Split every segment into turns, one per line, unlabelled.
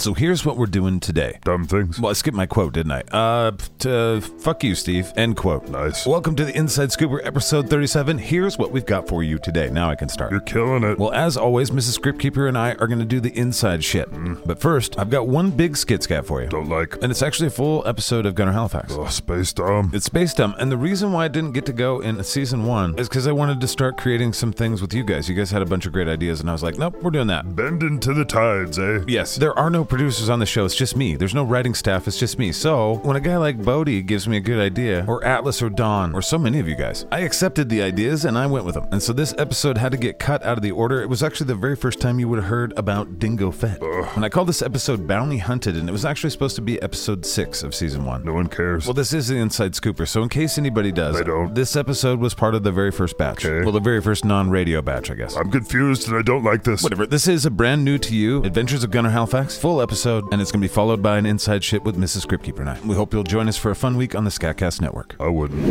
So here's what we're doing today.
Dumb things.
Well, I skipped my quote, didn't I? Uh, p- t- uh, fuck you, Steve. End quote.
Nice.
Welcome to the Inside Scooper, episode 37. Here's what we've got for you today. Now I can start.
You're killing it.
Well, as always, Mrs. Scriptkeeper and I are going to do the inside shit. But first, I've got one big skit scat for you.
Don't like.
And it's actually a full episode of Gunner Halifax.
Oh, space dumb.
It's Space Dumb, and the reason why I didn't get to go in season one is because I wanted to start creating some things with you guys. You guys had a bunch of great ideas, and I was like, nope, we're doing that.
Bending to the tides, eh?
Yes, there are no producers on the show. It's just me. There's no writing staff. It's just me. So when a guy like Bodie gives me a good idea, or Atlas or Don, or so many of you guys, I accepted the ideas and I went with them. And so this episode had to get cut out of the order. It was actually the very first time you would have heard about Dingo Fett. And I called this episode Bounty Hunted, and it was actually supposed to be episode six of season one.
No one cares.
Well, this is the Inside Scooper, so in case anybody does,
I don't.
this episode was part of the very first batch.
Okay.
Well, the very first non radio batch, I guess.
I'm confused and I don't like this.
Whatever. This is a brand new to you Adventures of Gunnar Halifax full episode, and it's going to be followed by an inside ship with Mrs. Scriptkeeper and I. We hope you'll join us for a fun week on the Scatcast Network.
I wouldn't.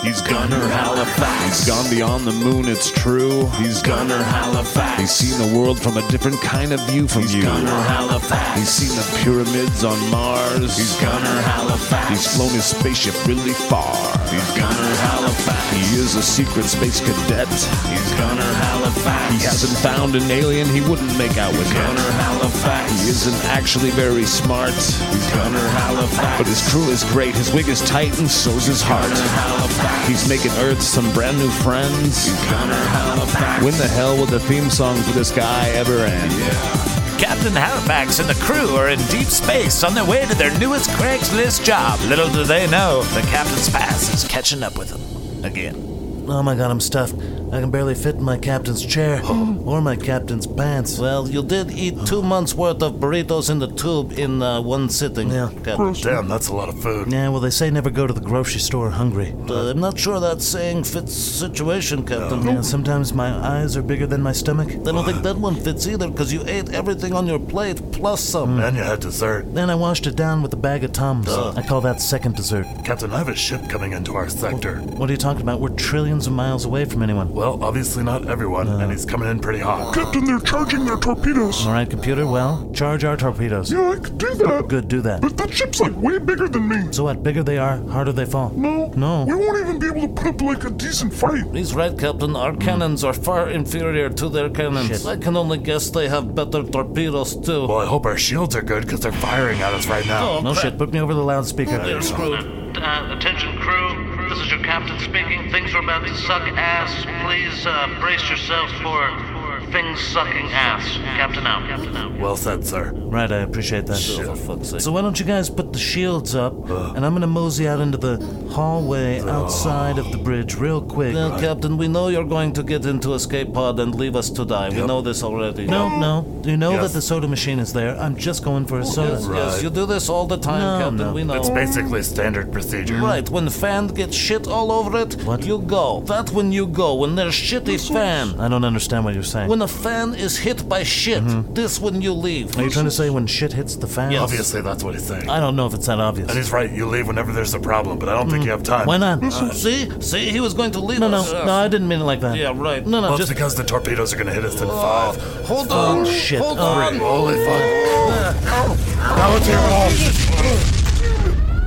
He's Gunner Halifax. He's gone beyond the moon, it's true. He's Gunner Halifax. He's seen the world from a different kind of view from you. Gunner Halifax. He's seen the pyramids on Mars. He's Gunner Halifax. He's flown his spaceship really far. He's Gunner Halifax. He is a secret space cadet. He's Gunner Halifax. He hasn't found an alien he wouldn't make out with yet. Gunner Halifax. He isn't actually very smart. He's Gunner Halifax. But his crew is great. His wig is tight and so's his heart. He's making Earth some brand new friends. When the hell will the theme song for this guy ever end?
Captain Halifax and the crew are in deep space on their way to their newest Craigslist job. Little do they know, the captain's pass is catching up with them again.
Oh my god, I'm stuffed. I can barely fit in my captain's chair or my captain's pants. Well, you did eat two months' worth of burritos in the tube in uh, one sitting. Yeah, Captain.
Damn, that's a lot of food.
Yeah, well, they say never go to the grocery store hungry. Uh, I'm not sure that saying fits situation, Captain. Yeah, sometimes my eyes are bigger than my stomach. I don't think that one fits either, because you ate everything on your plate plus some.
And you had dessert.
Then I washed it down with a bag of Tums.
Duh.
I call that second dessert.
Captain, I have a ship coming into our sector.
What are you talking about? We're trillions of miles away from anyone.
Well, obviously not everyone, and he's coming in pretty hot.
Captain, they're charging their torpedoes.
All right, computer, well, charge our torpedoes.
Yeah, I could do that.
Good, do that.
But that ship's like way bigger than me.
So what? Bigger they are, harder they fall.
No.
No.
We won't even be able to put up like a decent fight.
He's right, Captain. Our cannons are far inferior to their cannons. I can only guess they have better torpedoes too. Oh,
Well, I hope our shields are good because they're firing at us right now.
No shit. Put me over the loudspeaker.
Uh, attention crew, this is your captain speaking. Things are about to suck ass. Please uh, brace yourselves for things sucking ass. Captain out. Captain out.
Well said, sir.
Right, I appreciate that. So why don't you guys put the shields up, and I'm gonna mosey out into the hallway outside of the bridge real quick. Now, Captain, we know you're going to get into escape pod and leave us to die. We know this already. No, no. You know that
Yes.
the soda machine is there. I'm just going for a soda.
yes, yes, Right.
Oh, you do this all the time,
Captain,
We know.
It's basically standard procedure.
Right, when fan gets shit all over it, you go. That when you go, when there's shitty fan. I don't understand what you're saying. When a fan is hit by shit, this when you leave. Are you trying to say when shit hits the fan?
Obviously, that's what he's saying.
I don't know if it's that obvious.
And he's right, you leave whenever there's a problem, but I don't think you have
Mm.
time.
Why not?
See? See, he was going to lead
no, no,
us.
no, I didn't mean it like that.
Yeah, right.
No, no,
Well, it's
just.
because the torpedoes are gonna hit us in five.
Hold on.
shit.
Hold
Oh, Oh.
on.
Holy fuck. Now it's your fault.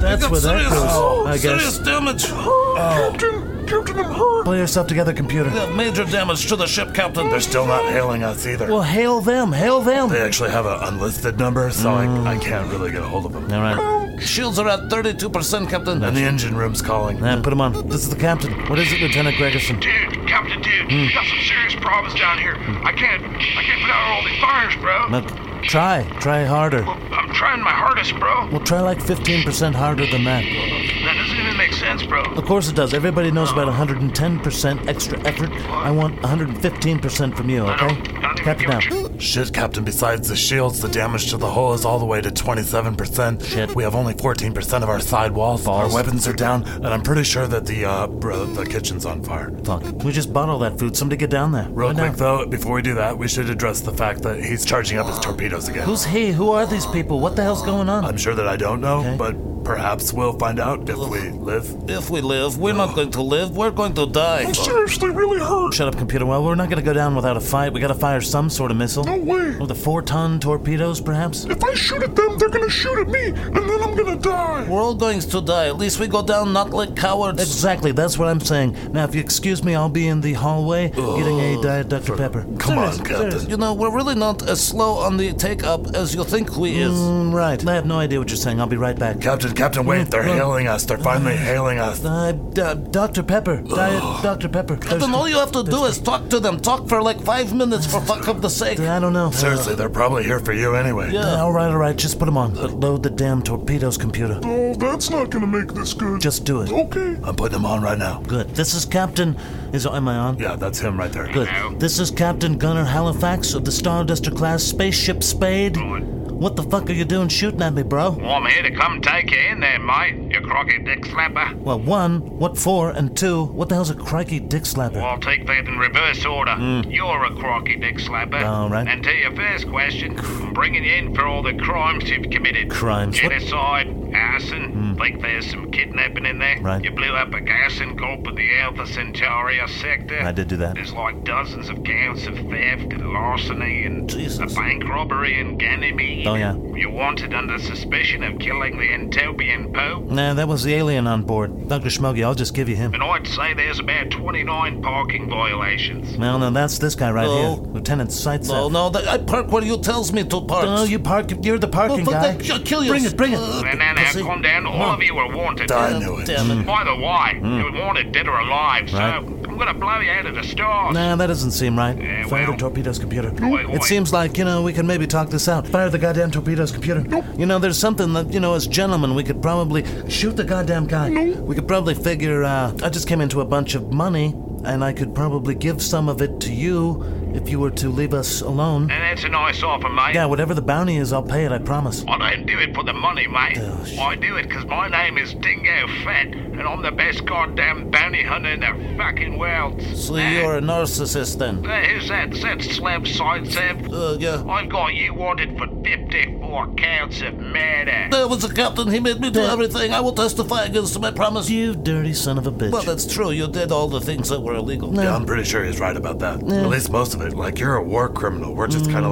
That's where that
serious-
goes, I
Serious
guess. Oh.
damage.
Captain, Captain, I'm hurt.
Pull yourself together, computer.
Uh, Major damage to the ship, Captain.
They're still not hailing us either.
Well, hail them, hail them.
They actually have an unlisted number, so
Mm.
I, I can't really get a hold of them.
All right.
Shields are at 32%, Captain.
And the engine room's calling.
Now put them on. This is the captain. What is it, Lieutenant Gregerson?
Dude, Captain Dude,
Hmm.
we got some serious problems down here. I can't, I can't put out all these fires, bro.
Now, try, try harder.
I'm trying my hardest, bro.
Well, try like 15% harder than that.
That doesn't even make sense, bro.
Of course it does. Everybody knows about 110% extra effort. I want 115% from you, okay? Captain out.
Shit, Captain, besides the shields, the damage to the hull is all the way to 27%.
Shit.
We have only 14% of our side walls.
Balls.
Our weapons are down, and I'm pretty sure that the, uh, bro, the kitchen's on fire.
Fuck. We just bought all that food. Somebody get down there.
Real
Right
quick,
now.
though, before we do that, we should address the fact that he's charging up his torpedoes again.
Who's he? Who are these people? What the hell's going on?
I'm sure that I don't know,
Okay.
but Perhaps we'll find out if we live.
If we live, we're not going to live, we're going to die.
I'm seriously really hurt.
Shut up, computer. Well, we're not going to go down without a fight. We got to fire some sort of missile.
No way.
Or the four ton torpedoes, perhaps?
If I shoot at them, they're gonna shoot at me, and then I'm gonna die.
We're all going to die. At least we go down not like cowards. Exactly. That's what I'm saying. Now, if you excuse me, I'll be in the hallway getting a Diet Dr. Pepper.
Come on,
Serious.
Captain.
You know, we're really not as slow on the take up as you think we is. Mm, right. I have no idea what you're saying. I'll be right back.
Captain, Captain, wait, they're
Well-
hailing us. They're finally hailing us.
Uh, D- Dr. Pepper. Diet Dr. Pepper. Captain, all you have to do is talk to them. Talk for like five minutes for fuck of the sake. I don't know.
Seriously, they're probably here for you anyway.
Yeah, all right, all right. Just put them on. But load the damn torpedoes, computer.
Oh, that's not gonna make this good.
Just do it.
Okay.
I'm putting them on right now.
Good. This is Captain. Is am I on?
Yeah, that's him right there.
Good. This is Captain Gunnar Halifax of the Starduster class spaceship Spade. What the fuck are you doing shooting at me, bro?
Well, I'm here to come take you in there, mate, you crocky dick slapper.
Well, one, what for, and two, what the hell's a crikey dick slapper?
I'll take that in reverse order. You're a crocky dick slapper.
Hmm. All right.
And to your first question, I'm bringing you in for all the crimes you've committed.
Crimes? What- Hmm.
Genocide, arson. Think there's some kidnapping in there.
Right.
You blew up a gas and gulp in the Alpha Centauri sector.
I did do that.
There's like dozens of counts of theft and larceny and
Jesus.
a bank robbery in Ganymede.
Oh, yeah.
You're wanted under suspicion of killing the Entopian Pope.
Nah, that was the alien on board. Dr. Schmoggy, I'll just give you him.
And I'd say there's about 29 parking violations.
Well, no, that's this guy right
No.
here. Lieutenant Sightseff.
No, no, that, I park where you tells me to park.
No, you park. You're the parking
fuck
guy.
that, I'll kill you.
Bring it, bring it.
Uh,
And now, now, calm down. All of you are wanted.
I knew it.
Damn it.
By the way, you're wanted dead or alive, so
Hmm. Right.
I'm gonna blow you out of the stars.
Nah, that doesn't seem right.
Yeah,
Fire the
well.
torpedoes, computer.
Wait,
It
wait.
seems like, you know, we can maybe talk this out. Fire the goddamn torpedoes, computer. You know, there's something that, you know, as gentlemen, we could probably shoot the goddamn guy. We could probably figure, uh, I just came into a bunch of money, and I could probably give some of it to you if you were to leave us alone.
Eh.
And that's a nice offer, mate.
Yeah, whatever the bounty is, I'll pay it, I promise.
I don't do it for the money, mate.
Oh,
I do it 'cause my name is Dingo Fat, and I'm the best goddamn bounty hunter in the fucking world.
So you're a narcissist then?
Hey, who's that? Is that Slab Side Seb?
Uh, yeah.
I've got you wanted for 54 counts of murder.
There was a captain. He made me do everything. I will testify against him. I promise.
You dirty son of a bitch.
Well, that's true. You did all the things that were illegal.
Yeah, I'm pretty sure he's right about that. At least most of it. Like, you're a war criminal. We're just kind
Mm.
of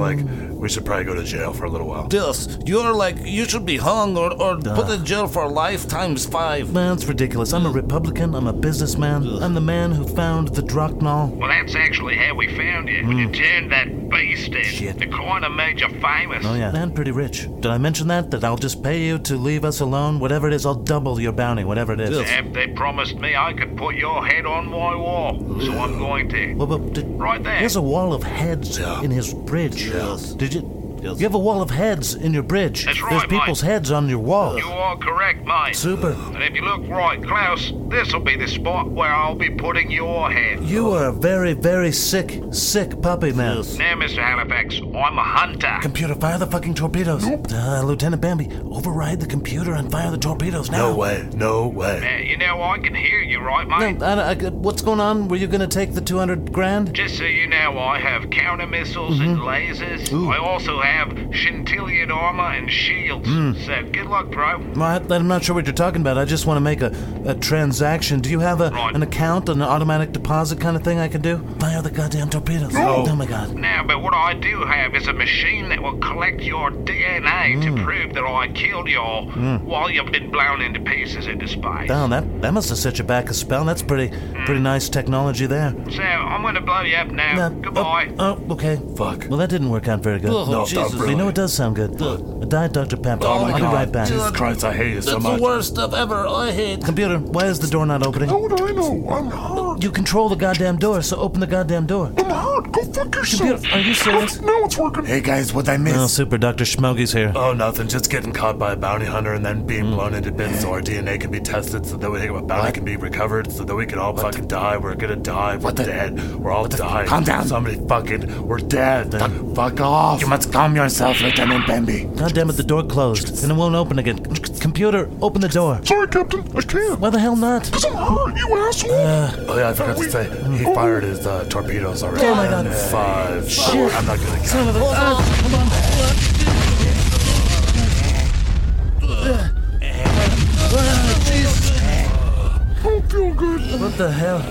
like, we should probably go to jail for a little while.
Yes, you're like you should be hung or, or put in jail for life times five.
Man, it's ridiculous. I'm a Republican. I'm a businessman. I'm the man who found the Drachnal.
Well, that's actually how we found you. When you turned that beast in,
Hmm. Shit.
the kind of made you famous.
Oh, yeah. And pretty rich. Did I mention that? That I'll just pay you to leave us alone? Whatever it is, I'll double your bounty, whatever it is.
Yep, they promised me I could put your head on my wall, so I'm going to.
Well, but did,
Right there.
There's a wall of heads uh, in his bridge. Uh, Did you? You have a wall of heads in your bridge.
That's right,
There's people's heads on your wall.
You are correct, mate.
Super.
And if you look right close, this'll be the spot where I'll be putting your head.
You are a very, very sick, sick puppy, man.
Now, Mr. Halifax, I'm a hunter.
Computer, fire the fucking torpedoes. Uh, Lieutenant Bambi, override the computer and fire the torpedoes now.
No way. No way.
Now, Uh, you know I can hear you, right,
No,
mate?
I, I- what's going on? Were you going to take the 200 grand?
Just so you know, I have counter missiles and lasers. I also have scintillant armor and shields. So good luck, bro.
Well, I, I'm not sure what you're talking about. I just want to make a, a transaction. Do you have a,
Right.
an account, an automatic deposit kind of thing I can do? Fire the goddamn torpedoes. Oh my god.
Now, but what I do have is a machine that will collect your DNA
Hmm.
to prove that I killed you all while you've been blown into pieces into space.
Damn, Hmm. Oh, that, that must have set you back a spell. That's pretty pretty nice technology there.
Mm.
So I'm gonna blow you up now.
Uh,
Goodbye.
Oh, oh, okay.
Fuck.
Well, that didn't work out very good.
Oh,
No,
Jesus.
not really.
You know it does sound good. A Diet Dr. Pepper.
Oh my
I'll
god.
be right back.
Jesus Christ, I hate you so
That's
much.
the worst stuff ever. I hate.
Computer, why is the door not
How
opening?
would I know? I'm hurt.
You control the goddamn door, so open the goddamn door.
I'm hurt. Go fuck yourself.
Computer, are you serious?
Now it's working.
Hey guys, what'd I miss?
Oh, super. Dr. Schmoggy's here.
Oh, nothing. Just getting caught by a bounty hunter and then being blown into bits so our DNA can be tested so that we our bounty can be recovered so that we can all fucking die. We're gonna die. We're dead. We're all dying. Calm down. Somebody fucking. We're dead. Fuck off. You must calm yourself, Lieutenant Bambi.
God damn it, the door closed, and it won't open again. Computer, open the door.
Sorry, Captain. I can't.
Why the hell not?
Cause I'm hurt, you asshole.
Oh yeah, I forgot to say he fired his uh, torpedoes already.
Oh my God.
And Five. Four. I'm not gonna count.
What the hell?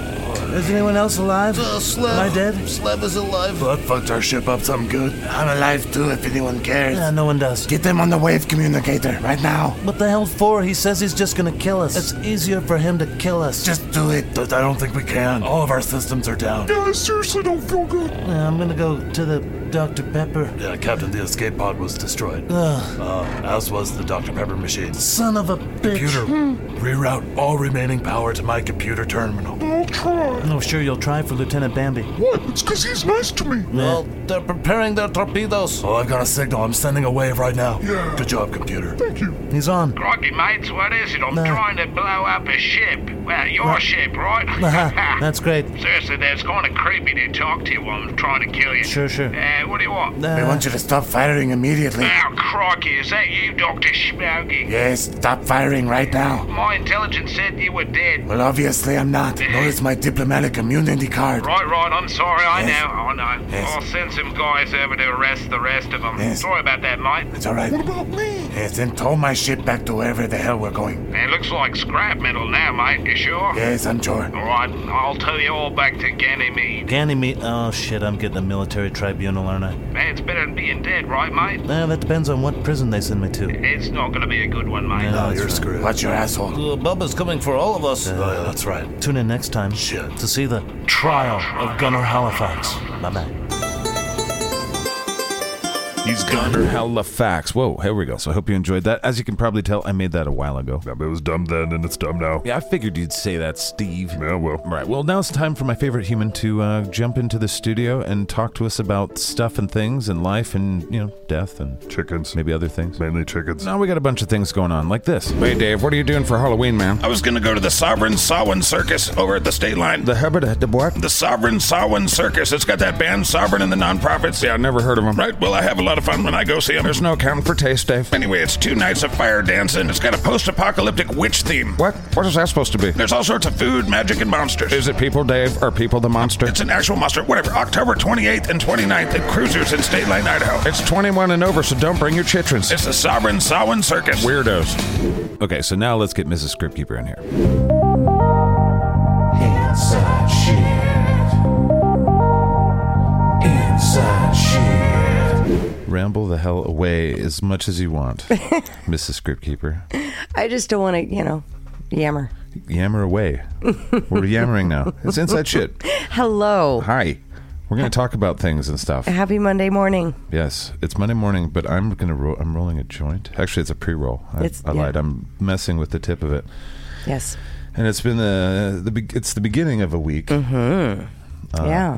Is anyone else alive?
Uh, Slev.
Am I dead?
Slev is alive. Blood fucked our ship up some good.
I'm alive too if anyone cares.
Yeah, no one does.
Get them on the wave communicator right now.
What the hell for? He says he's just gonna kill us. It's easier for him to kill us.
Just do it.
But I don't think we can. All of our systems are down.
Yeah, I seriously don't feel good.
Yeah, uh, I'm gonna go to the Dr. Pepper.
Yeah, Uh, Captain, the escape pod was destroyed.
Ugh,
Uh, as was the Dr. Pepper machine.
son of a bitch.
Computer,
Hmm.
reroute all remaining power to my computer terminal.
I'll try.
Oh, sure, you'll try for Lieutenant Bambi.
What? It's because he's nice to me.
Well, they're preparing their torpedoes.
Oh, I've got a signal. I'm sending a wave right now.
Yeah.
Good job, computer.
Thank you.
He's on.
Crikey, mates, what is it? I'm
No.
trying to blow up a ship. Well, your ship, right?
Aha, that's great.
Seriously, that's kind of creepy to talk to you while I'm trying to kill you.
Sure, sure.
Uh, what do you want?
Uh,
We want you to stop firing immediately.
Oh, crikey, is that you, Dr. Schmaugy?
Yes, stop firing right now.
My intelligence said you were dead.
Well, obviously I'm not. Notice my diplomatic immunity card.
Right, right, I'm sorry, I
Yes.
know, I know.
Yes.
I'll send some guys over to arrest the rest of them.
Yes.
Sorry about that, mate.
It's all right.
What about me?
Yes, then tow my ship back to wherever the hell we're going.
It looks like scrap metal now, mate, you sure?
Yes, I'm sure.
Alright, I'll tow you all back to Ganymede.
Ganymede. Oh shit, I'm getting a military tribunal, aren't I?
Man, it's better than being dead, right, mate?
Eh, that depends on what prison they send me to.
It's not gonna be a good one, mate.
Yeah.
Oh, you're screwed.
Watch your asshole.
Uh, Bubba's coming for all of us.
Oh, yeah, that's right.
uh, Tune in next time
Shit.
to see the trial of Gunnar Halifax. Bye bye.
He's Gunner.
Halifax. Whoa, here we go. So I hope you enjoyed that. As you can probably tell, I made that a while ago.
It was dumb then, and it's dumb now.
Yeah, I figured you'd say that, Steve.
Yeah, well.
All right, well, now it's time for my favorite human to uh, jump into the studio and talk to us about stuff and things and life and, you know, death and
Chickens.
maybe other things.
Mainly chickens.
Now we got a bunch of things going on, like this. Hey, Dave, what are you doing for Halloween, man?
I was gonna go to the Sovereign Sawin Circus over at the state line.
The Hubbard at the Bois?
The Sovereign Sawin Circus. It's got that band Sovereign and the Nonprofits.
Yeah, I never heard of him.
Right, well, I have a lot of fun when I go see them.
There's no account for taste, Dave.
Anyway, it's two nights of fire dancing. It's got a post apocalyptic witch theme.
What? What is that supposed to be?
There's all sorts of food, magic, and monsters.
Is it people, Dave? Are people the monster?
It's an actual monster. Whatever. October 28th and 29th at Cruisers in State Line, Idaho.
It's 21 and over, so don't bring your chitrons.
It's the Sovereign Sawin Circus.
weirdos. Okay, so now let's get Mrs. Scriptkeeper in here.
Inside shit. Inside shit.
Ramble the hell away as much as you want, Mrs. Scriptkeeper.
I just don't want to, you know, yammer.
Yammer away. We're yammering now. It's inside shit.
Hello.
Hi. We're gonna talk about things and stuff.
Happy Monday morning.
Yes, it's Monday morning, but I'm gonna roll. I'm rolling a joint. Actually, it's a pre-roll. I,
It's-
I lied.
yeah.
I'm messing with the tip of it,
Yes.
and it's been uh, the the be- it's the beginning of a week,
Mm-hmm.
yeah.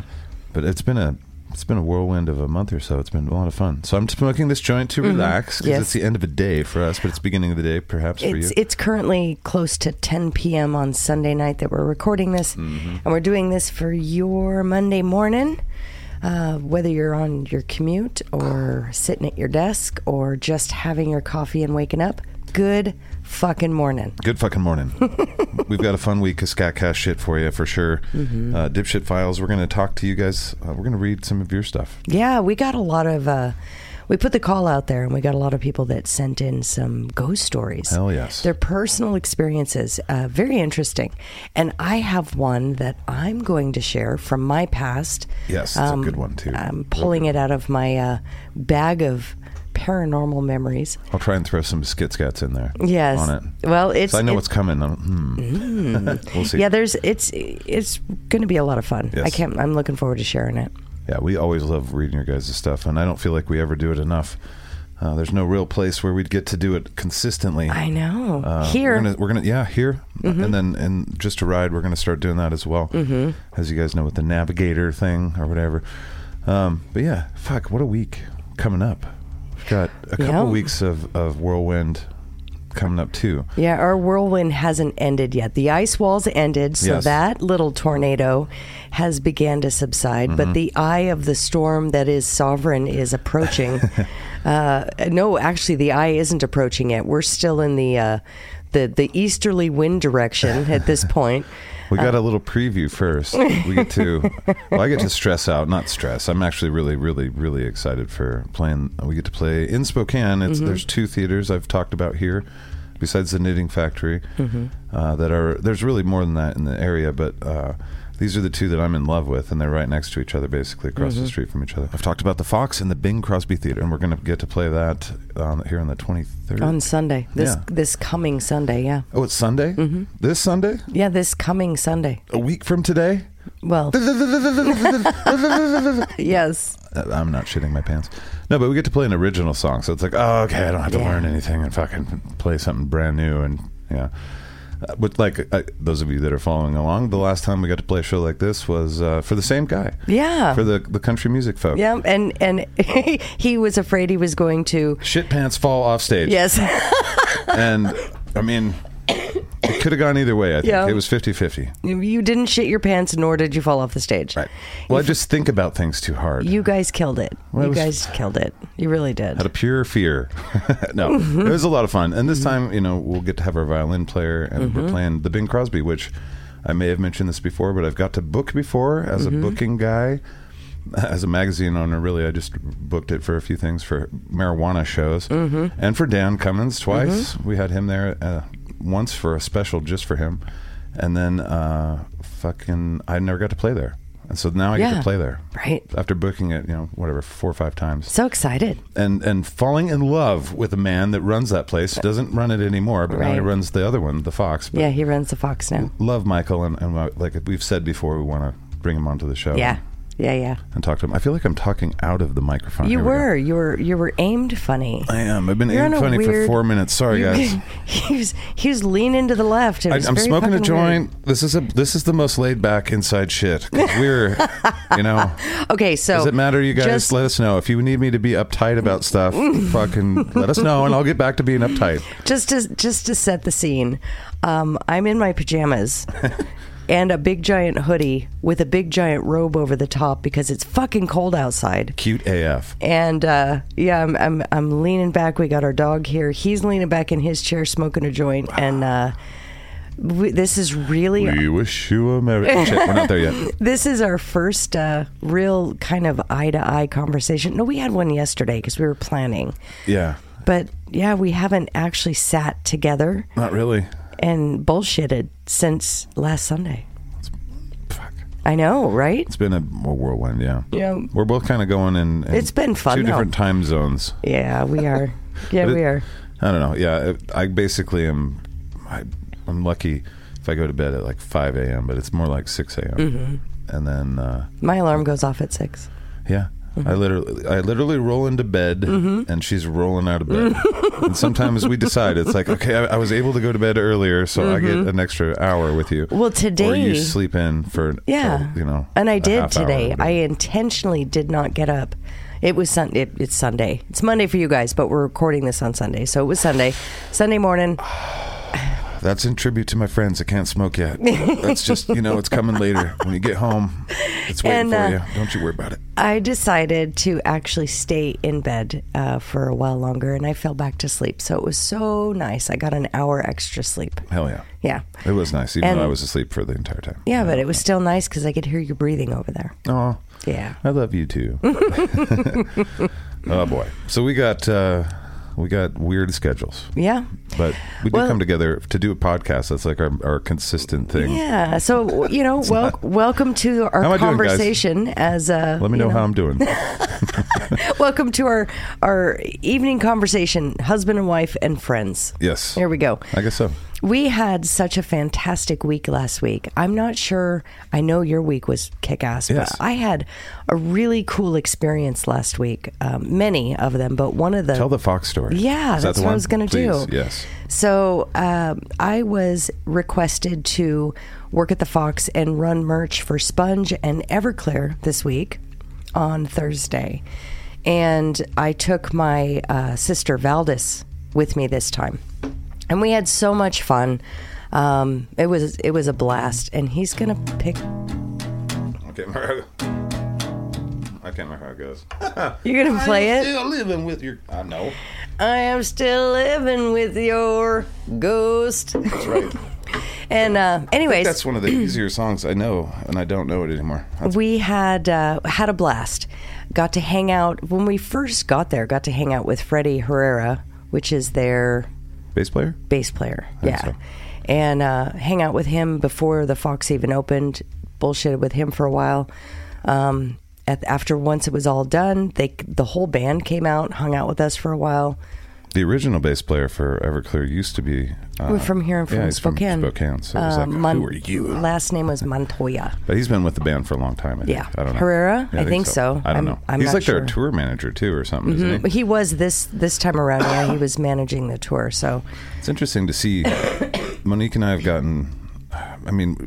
but Uh, it's been a it's been a whirlwind of a month or so. It's been a lot of fun. So I'm smoking this joint to relax because
Mm-hmm. Yes.
it's the end of a day for us, but it's beginning of the day perhaps for you.
It's it's currently close to 10 p.m. on Sunday night that we're recording this,
Mm-hmm.
and we're doing this for your Monday morning. Uh, whether you're on your commute or sitting at your desk or just having your coffee and waking up, good fucking morning.
Good fucking morning. We've got a fun week of Scatcast shit for you for sure.
Mm-hmm.
Uh, dipshit files. We're gonna talk to you guys. Uh, we're gonna read some of your stuff.
Yeah, we got a lot of. Uh, we put the call out there, and we got a lot of people that sent in some ghost stories.
Hell yes.
their personal experiences, uh, very interesting. And I have one that I'm going to share from my past. Um,
Yes, it's a good one, too.
I'm pulling it out of my uh, bag of paranormal memories.
I'll try and throw some skit scats in there.
Yes.
On it.
Well, it's
So I know
it's-
what's coming. Um, hmm. we'll see.
Yeah,
Yeah,
there's it's it's going to be a lot of fun.
Yes.
I can't. I'm looking forward to sharing it.
we always love reading your guys' stuff, and I don't feel like we ever do it enough. Uh, there's no real place where we'd get to do it consistently.
I know.
Uh,
Oh, Here, Mm-hmm.
we're gonna, we're gonna yeah here, and then and just to ride, we're gonna start doing that as well. Mm-hmm. As you guys know, with the navigator thing or whatever. Um, but yeah, fuck, what a week coming up. We've got a couple
Yeah.
weeks of, of whirlwind coming up too.
Yeah, our whirlwind hasn't ended yet. The ice walls ended, so
Yes.
that little tornado has began to subside.
Mm-hmm.
But the eye of the storm that is sovereign is approaching. uh, no, actually, the eye isn't approaching it. We're still in the uh, the the easterly wind direction at this point.
We got a little preview first. We get to, well, I get to stress out, not stress. I'm actually really, really, really excited for playing. We get to play in Spokane. It's there's two theaters I've talked about here. besides the knitting factory
Mhm.
uh, that are there's really more than that in the area, but uh, these are the two that I'm in love with, and they're right next to each other, basically across the
Mhm.
street from each other. I've talked about the Fox and the Bing Crosby Theater, and we're going to get to play that um, here on the 23rd
on Sunday. This
Yeah.
this coming Sunday, yeah.
Oh, it's Sunday. Mm-hmm. This Sunday,
Yeah, this coming Sunday.
a week from today.
Well, yes.
Uh, I'm not shitting my pants. No, but we get to play an original song, so it's like, oh, okay, I don't have to
Yeah.
learn anything and fucking play something brand new and yeah. Uh, But like uh, those of you that are following along, the last time we got to play a show like this was uh, for the same guy.
Yeah.
for the the country music folk.
Yeah, and and he was afraid he was going to.
Shit pants fall off stage.
Yes.
and I mean, it could have gone either way. I think
Yeah.
it was 50-50.
you didn't shit your pants, nor did you fall off the stage. Right.
Well, I just think about things too hard.
You guys killed it.
Well, it
you
was-
guys killed it. You really did.
out of pure fear. no, it was a lot of fun. And this
Mm-hmm.
time, you know, we'll get to have our violin player, and we're
Mhm.
playing the Bing Crosby, which I may have mentioned this before, but I've got to book before as a
Mm-hmm.
Mhm.
booking guy, as a magazine owner. Really, I just booked it for a few things for marijuana shows,
Mm-hmm.
Mhm.
and for Dan Cummins twice. We had him there uh, once for a special just for him, and then uh, fucking, I never got to play there. And so now I get
Yeah.
to play there.
Right.
After booking it, you know, whatever, four or five times
so excited.
and and falling in love with a man that runs that place doesn't run it anymore, but now he
Right.
runs the other one, the Fox. But
Yeah, he runs the Fox now.
love Michael, and, and like we've said before, we want to bring him onto the show.
Yeah. Yeah, yeah.
and, talk to him. I feel like I'm talking out of the microphone.
you
Here we go.
were, you were, you were aimed funny.
I am. I've been
You're on
eating
a
funny for
weird-
four minutes. Sorry,
You-
guys.
he was he was leaning to the left. It
I,
was
I'm
very
smoking a
fucking weird.
joint. This is a this is the most laid back inside shit. 'Cause We're, you know.
Okay, so
Does it matter, you guys?
just-
let us know if you need me to be uptight about stuff. fucking let us know, and I'll get back to being uptight.
just to just to set the scene, um, I'm in my pajamas and a big giant hoodie with a big giant robe over the top because it's fucking cold outside.
Cute AF.
And uh, yeah, I'm, I'm I'm leaning back. We got our dog here. He's leaning back in his chair, smoking a joint, and uh, we, this is really
We wish you a merry. Shit, we're not there yet.
this is our first uh, real kind of eye to eye conversation. No, we had one yesterday because we were planning,
Yeah,
but yeah, we haven't actually sat together
not really.
and bullshitted since last Sunday. I know, right?
It's been a, a whirlwind. Yeah.
Yeah.
We're both kind of going in, in
It's been fun,
Two
though.
different time zones.
Yeah, we are. Yeah,
But
we
it-
are.
I don't know. Yeah, I I basically am. I, I'm lucky if I go to bed at like 5 a.m., but it's more like 6 a.m.
Mhm.
And then, uh,
My alarm goes off at six.
yeah.
Mm-hmm.
I literally, I literally roll into bed,
Mhm.
and she's rolling out of bed. and sometimes we decide it's like, okay, I, I was able to go to bed earlier, so I
Mhm.
get an extra hour with you.
Well, today-
or you sleep in for,
Yeah.
till, you know,
And I
a
did
half hour
today.
or
I intentionally did not get up. It was Sunday. It, it's Sunday. It's Monday for you guys, but we're recording this on Sunday, so it was Sunday. Sunday morning.
That's in tribute to my friends that can't smoke yet. That's just, you know, it's coming later. When you get home, it's waiting
And,
for
uh,
you. Don't you worry about it.
I decided to actually stay in bed uh, for a while longer and I fell back to sleep. So it was so nice. I got an hour extra sleep.
Hell yeah.
Yeah.
It was nice, even though I
And-
was asleep for the entire time.
Yeah, but it was still nice because I could hear you breathing over there.
Oh,
Yeah.
I love you too. oh boy. So we got uh we got weird schedules.
Yeah.
But we do
Well-
come together to do a podcast. That's like our, our consistent thing.
Yeah. So, you know, well, welcome to
How am I
our
doing, guys?
conversation as a.
Let me
you
know, how I'm doing.
Welcome to our, our evening conversation, husband and wife and friends.
yes.
Here we go.
I guess so.
We had such a fantastic week last week. I'm not sure. I know your week was kick ass,
Yes.
but I had a really cool experience last week. Um, many of them, but one of the
Tell the Fox story.
Yeah,
Is that
that's
the
what I
one?
was gonna
Please,
do.
Yes.
So um, I was requested to work at the Fox and run merch for Sponge and Everclear this week on Thursday, and I took my uh, sister Valdis with me this time, and we had so much fun. Um, it was it was a blast, and he's gonna pick.
Okay, Mario. I can't remember how it goes.
You're gonna play it.
Still living with your. I know.
I am still living with your ghost. That's
right.
and uh,
I think
anyways,
that's one of the easier songs I know, and I don't know it anymore.
we had uh, had a blast. Got to hang out when we first got there. Got to hang out with Freddie Herrera, which is their
Bass player?
bass player.
I think
Yeah.
so.
And uh, hang out with him before the Fox even opened, bullshitted with him for a while. Um, at, after once it was all done, they the whole band came out, hung out with us for a while.
The original bass player for Everclear used to be. Uh,
We're from here and from
yeah, he's
Spokane.
Spokane. So it was
Uh,
like,
Mon-
who are you?
Last name was Montoya.
But he's been with the band for a long time. I think.
Yeah.
I don't know.
Herrera?
Yeah,
I think so.
I don't
I'm-
know.
I'm
he's
not
like
sure.
their tour manager too, or something,
Mhm.
isn't he?
He was this this time around. Yeah, he was managing the tour. So
It's interesting to see. Monique and I have gotten. I mean,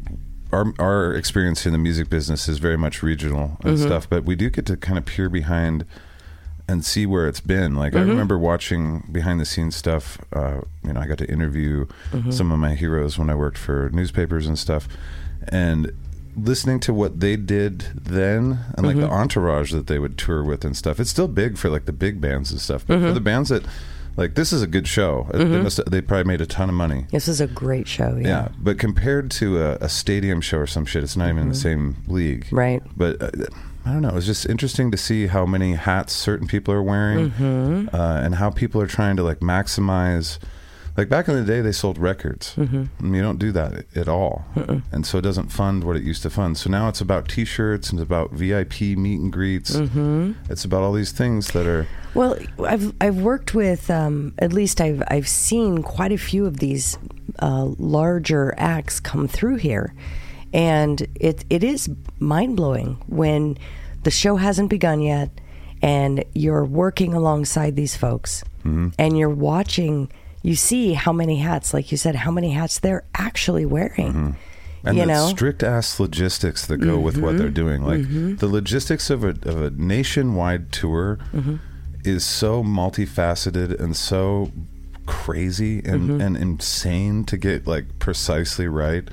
our our experience in the music business is very much regional and
Mhm.
stuff, but we do get to kind of peer behind and see where it's been. Like I
Mhm.
remember watching behind the scenes stuff. Uh, you know, I got to interview
Mhm.
some of my heroes when I worked for newspapers and stuff, and listening to what they did then and like the entourage that they would tour with and stuff. It's still big for like the big bands and stuff, but for
Mhm.
the bands that like this is a good show. Uh, They,
Mhm.
must, they probably made a ton of money.
this is a great show.
Yeah.
Yeah.
but compared to a, a stadium show or some shit, it's not even in the
Mhm.
same league,
Right.
But uh, I don't know. It was just interesting to see how many hats certain people are wearing,
Mhm.
uh, and how people are trying to like maximize. Like back in the day, they sold records.
Mhm.
And you don't do that at all, and so it doesn't fund what it used to fund. So now it's about T-shirts and it's about VIP meet and greets.
Mhm.
It's about all these things that are.
Well, I've I've worked with um, at least I've I've seen quite a few of these uh, larger acts come through here, and it it is mind blowing when the show hasn't begun yet, and you're working alongside these folks,
Mm-hmm.
Mhm.
and you're watching. You see how many hats, like you said, how many hats they're actually wearing.
Mm-hmm. And
you
the
know,
strict ass logistics that go with what they're doing, like the logistics of a of a nationwide tour, is so multifaceted and so crazy and,
Mhm.
and insane to get like precisely right.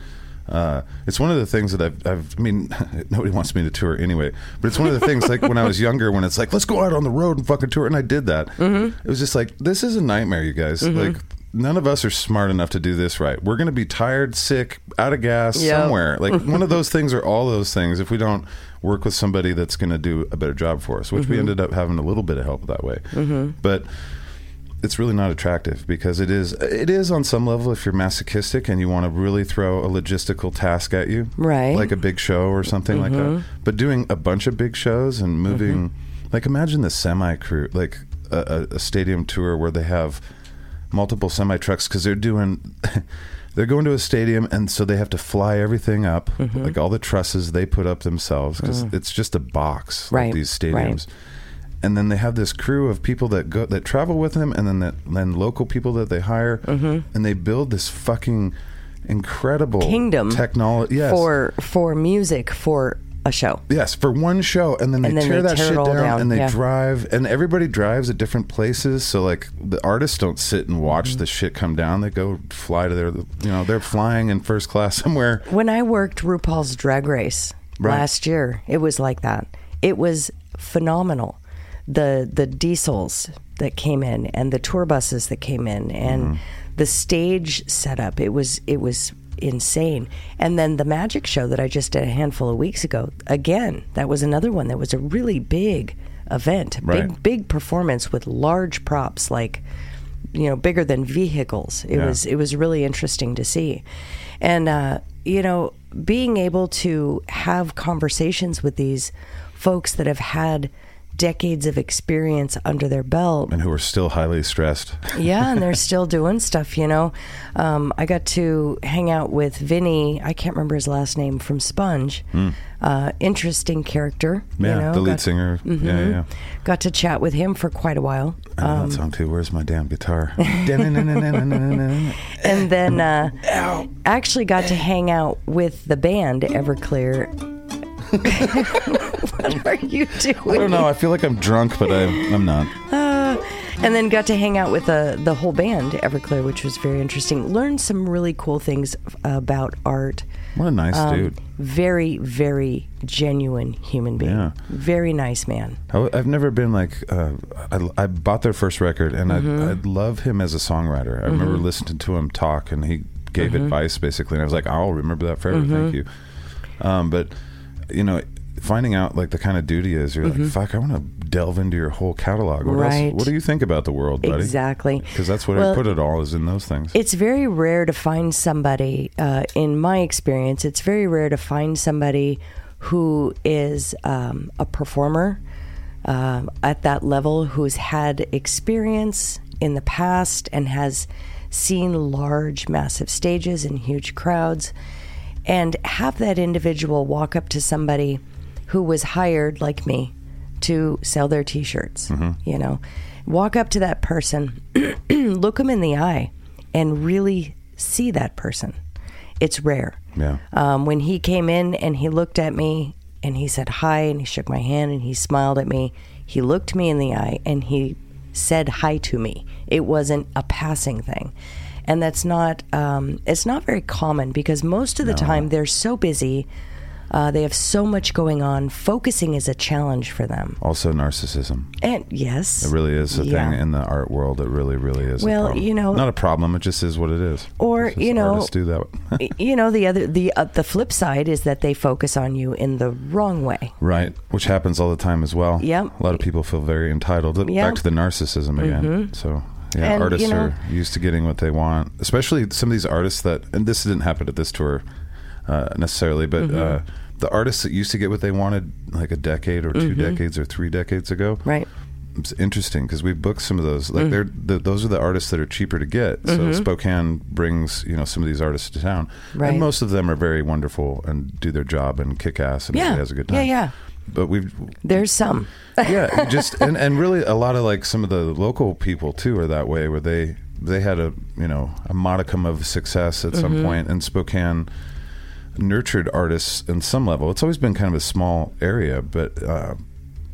Uh, it's one of the things that I've, I've, I mean, nobody wants me to tour anyway, but it's one of the things like when I was younger, when it's like, let's go out on the road and fucking tour. And I did that. It was just like, this is a nightmare, you guys.
Mhm.
Like, none of us are smart enough to do this right. We're going to be tired, sick, out of gas
Yep.
somewhere. Like, one of those things or all those things if we don't work with somebody that's going to do a better job for us, which we
Mhm.
ended up having a little bit of help that way.
Mhm.
But it's really not attractive because it is it is on some level if you're masochistic and you want to really throw a logistical task at you,
Right.
Like a big show or something like
Mhm.
that.
Mm-hmm.
But doing a bunch of big shows and moving, like imagine the semi crew, like a, a, a stadium tour where they have multiple semi trucks because they're doing. They're going to a stadium, and so they have to fly everything up, like all the trusses they put up themselves, because
Mm-hmm. Mm.
it's just a box.
Right,
Like these
right.
stadiums, and then they have this crew of people that go that travel with them, and then that then local people that they hire,
Mm-hmm.
and they build this fucking incredible
Kingdom
technology. Yes,
for for music for a show.
yes, for one show, and then they
And then
tear
they
that
tear it
shit
all
down,
down,
and they
yeah.
drive, and everybody drives at different places. So like the artists don't sit and watch
Mm-hmm.
the shit come down; they go fly to their, you know, they're flying in first class somewhere.
When I worked RuPaul's Drag Race
Right.
last year, it was like that. It was phenomenal. The the diesels that came in and the tour buses that came in and
Mm-hmm.
the stage setup. It was it was insane. And then the magic show that I just did a handful of weeks ago. Again, that was another one that was a really big event.
Right.
Big big performance with large props like you know bigger than vehicles it
Yeah.
was it was really interesting to see and uh, you know being able to have conversations with these folks that have had decades of experience under their belt
and who are still highly stressed.
yeah, and they're still doing stuff, you know. Um, I got to hang out with Vinny. I can't remember his last name from Sponge.
Mm.
Uh, interesting character.
Yeah,
you know,
the lead
got-
singer. Yeah,
Mhm.
yeah.
Got to chat with him for quite a while.
I know
Um,
that song too. Where's my damn guitar?
and then uh, actually got to hang out with the band Everclear. what are you
I
doing?
don't know. I feel like I'm drunk, but I, I'm not.
Uh, and then got to hang out with the the whole band Everclear, which was very interesting. Learned some really cool things f- about art. Um,
What a nice dude.
Very, very genuine human being.
Yeah.
Very nice man.
I, have never been like. Uh, I, I bought their first record, and
Mm-hmm.
I, I love him as a songwriter. I remember
Mhm.
listening to him talk, and he gave
Mm-hmm.
Mhm.
advice basically, and I was like, "I'll remember that forever."
Mhm.
Thank you. Um, but you know, finding out like the kind of dude he is, you're
Mhm.
like, fuck, I want to delve into your whole catalog. What
Right.
else? What do you think about the world, buddy?
Exactly.
Because that's what
Well-
I put it all is in those things.
It's very rare to find somebody, uh, in my experience, it's very rare to find somebody who is um, a performer um, at that level who's had experience in the past and has seen large, massive stages and huge crowds. And have that individual walk up to somebody who was hired, like me, to sell their t shirts. You know, walk up to that person, look them in the eye, and really see that person. It's rare.
Yeah.
Um, when he came in and he looked at me and he said hi and he shook my hand and he smiled at me, he looked me in the eye and he said hi to me. It wasn't a passing thing. And that's not, um, it's not very common because most of the time they're so busy. Uh, they have so much going on. Focusing is a challenge for them.
Also, narcissism.
And yes,
It really is a
Yeah.
thing in the art world. It really, really is. a
Well,
problem.
you know-
not a problem. It just is what it is.
Or,
It's just
you know-
artists do that.
you know the other the uh, the flip side is that they focus on you in the wrong way.
Right, which happens all the time as well.
Yep.
A lot of people feel very entitled.
Yep.
Back to the narcissism again.
Mhm.
So, yeah,
And, you
artists
know-
are used to getting what they want, especially some of these artists that, and this didn't happen at this tour uh, necessarily, but uh,
Mhm.
the artists that used to get what they wanted like a decade or 2
Mhm.
decades or three decades ago.
Right.
It's interesting because we booked some of those. Like
Mm.
they're the, those are the artists that are cheaper to get. So
Mhm.
Spokane brings you know some of these artists to town,
Right.
and most of them are very wonderful and do their job and kick ass and
yeah,
everybody has a good
yeah,
time
yeah.
but we've
There's some.
yeah just and, and really a lot of like some of the local people too are that way where they they had a you know a modicum of success at some
Mhm.
point and spokane nurtured artists in some level it's always been kind of a small area but uh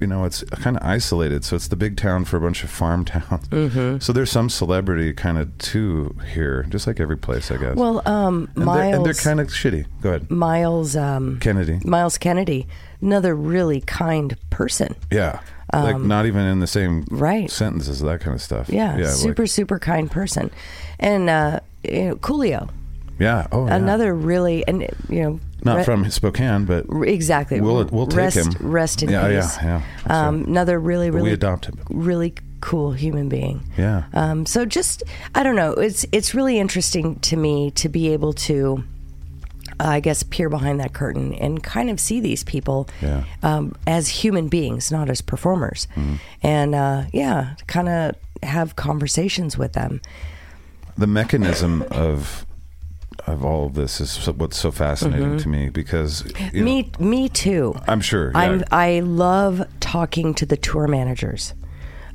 you know, it's kind of isolated, so it's the big town for a bunch of farm towns.
Mhm.
So there's some celebrity kind of too here, just like every place, I guess.
Well, um,
and they're, and they're
Miles
kind of shitty. Go ahead,
Miles um,
Kennedy.
Miles Kennedy, another really kind person.
Yeah. like
Um,
not even in the same
right.
sentences, that kind of stuff.
Yeah,
like-
super super kind person, and uh, you know, Coolio,
yeah. Oh, yeah.
another really and you know
Not
re-
from Spokane, but
exactly.
We'll we'll take
rest,
him.
Rest in
yeah,
peace.
Yeah, yeah.
Um, another really
But we
really
adopt him.
Really cool human being.
yeah.
Um, so just I don't know. It's it's really interesting to me to be able to, uh, I guess, peer behind that curtain and kind of see these people
Yeah.
um, as human beings, not as performers,
Mhm.
and uh, yeah, kind of have conversations with them.
the mechanism of of all of this is so, what's so fascinating
Mhm.
to me because you know,
Me me too.
I'm sure. yeah.
I'm, I love talking to the tour managers.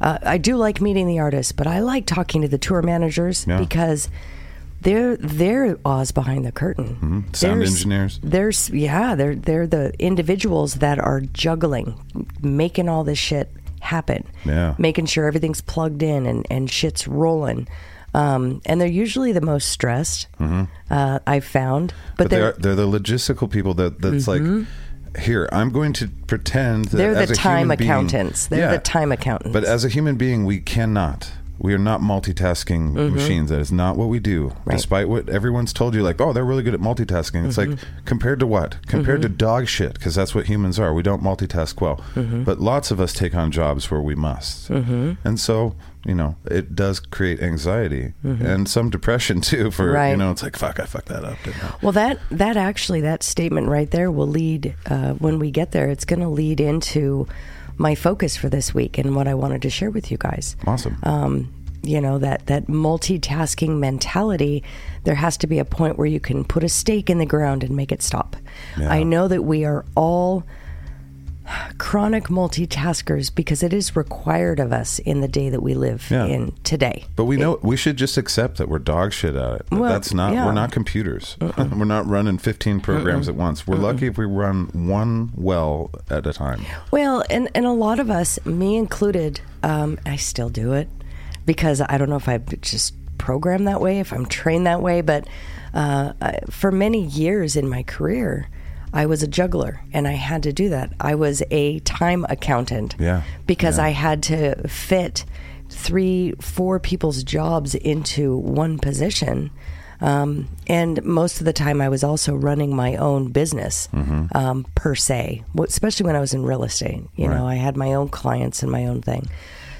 Uh, I do like meeting the artists, but I like talking to the tour managers
Yeah.
because they're they're Oz behind the curtain.
Mhm. Sound
There's-
engineers.
There's yeah, they're they're the individuals that are juggling, making all this shit happen.
Yeah.
making sure everything's plugged in and and shit's rolling. Um, and they're usually the most stressed.
Mhm.
Uh, I've found, but,
but,
Mm-hmm.
they're, they're the logistical people that that's like here i'm going to pretend that
They're
as
the
a human
time
being-
accountants. They're
Yeah.
the time accountants.
but uh, as a human being we cannot we are not multitasking
Mhm.
machines that is not what we do
Right.
despite what everyone's told you like oh they're really good at multitasking it's
Mhm.
like compared to what compared
Mm-hmm.
to dog shit because that's what humans are we don't multitask well
Mhm.
but lots of us take on jobs where we must
Mhm.
and so you know it does create anxiety
Mhm.
and some depression too for
Right.
you know it's like fuck i fucked that up didn't I?
Well, that that actually that statement right there will lead uh, when we get there. It's going to lead into my focus for this week and what I wanted to share with you guys.
Awesome.
Um, you know that that multitasking mentality. There has to be a point where you can put a stake in the ground and make it stop.
Yeah.
I know that we are all chronic multitaskers because it is required of us in the day that we live
Yeah.
in today.
But we know we should just accept that we're dog shit at it. That
Well,
That's not
yeah. Uh-uh.
we're not computers. we're not running 15 programs
Mm-mm.
at once. We're lucky if we run one well at a time.
Well, and, and a lot of us, me included, um, I still do it because I don't know if I just program that way, if I'm trained that way, but uh, I- for many years in my career, I was a juggler and I had to do that. I was a time accountant
Yeah.
because
Yeah.
I had to fit three, four people's jobs into one position. Um, and most of the time, I was also running my own business
Mhm.
um, per se, Well, especially when I was in real estate. You know, I had my own clients and my own thing.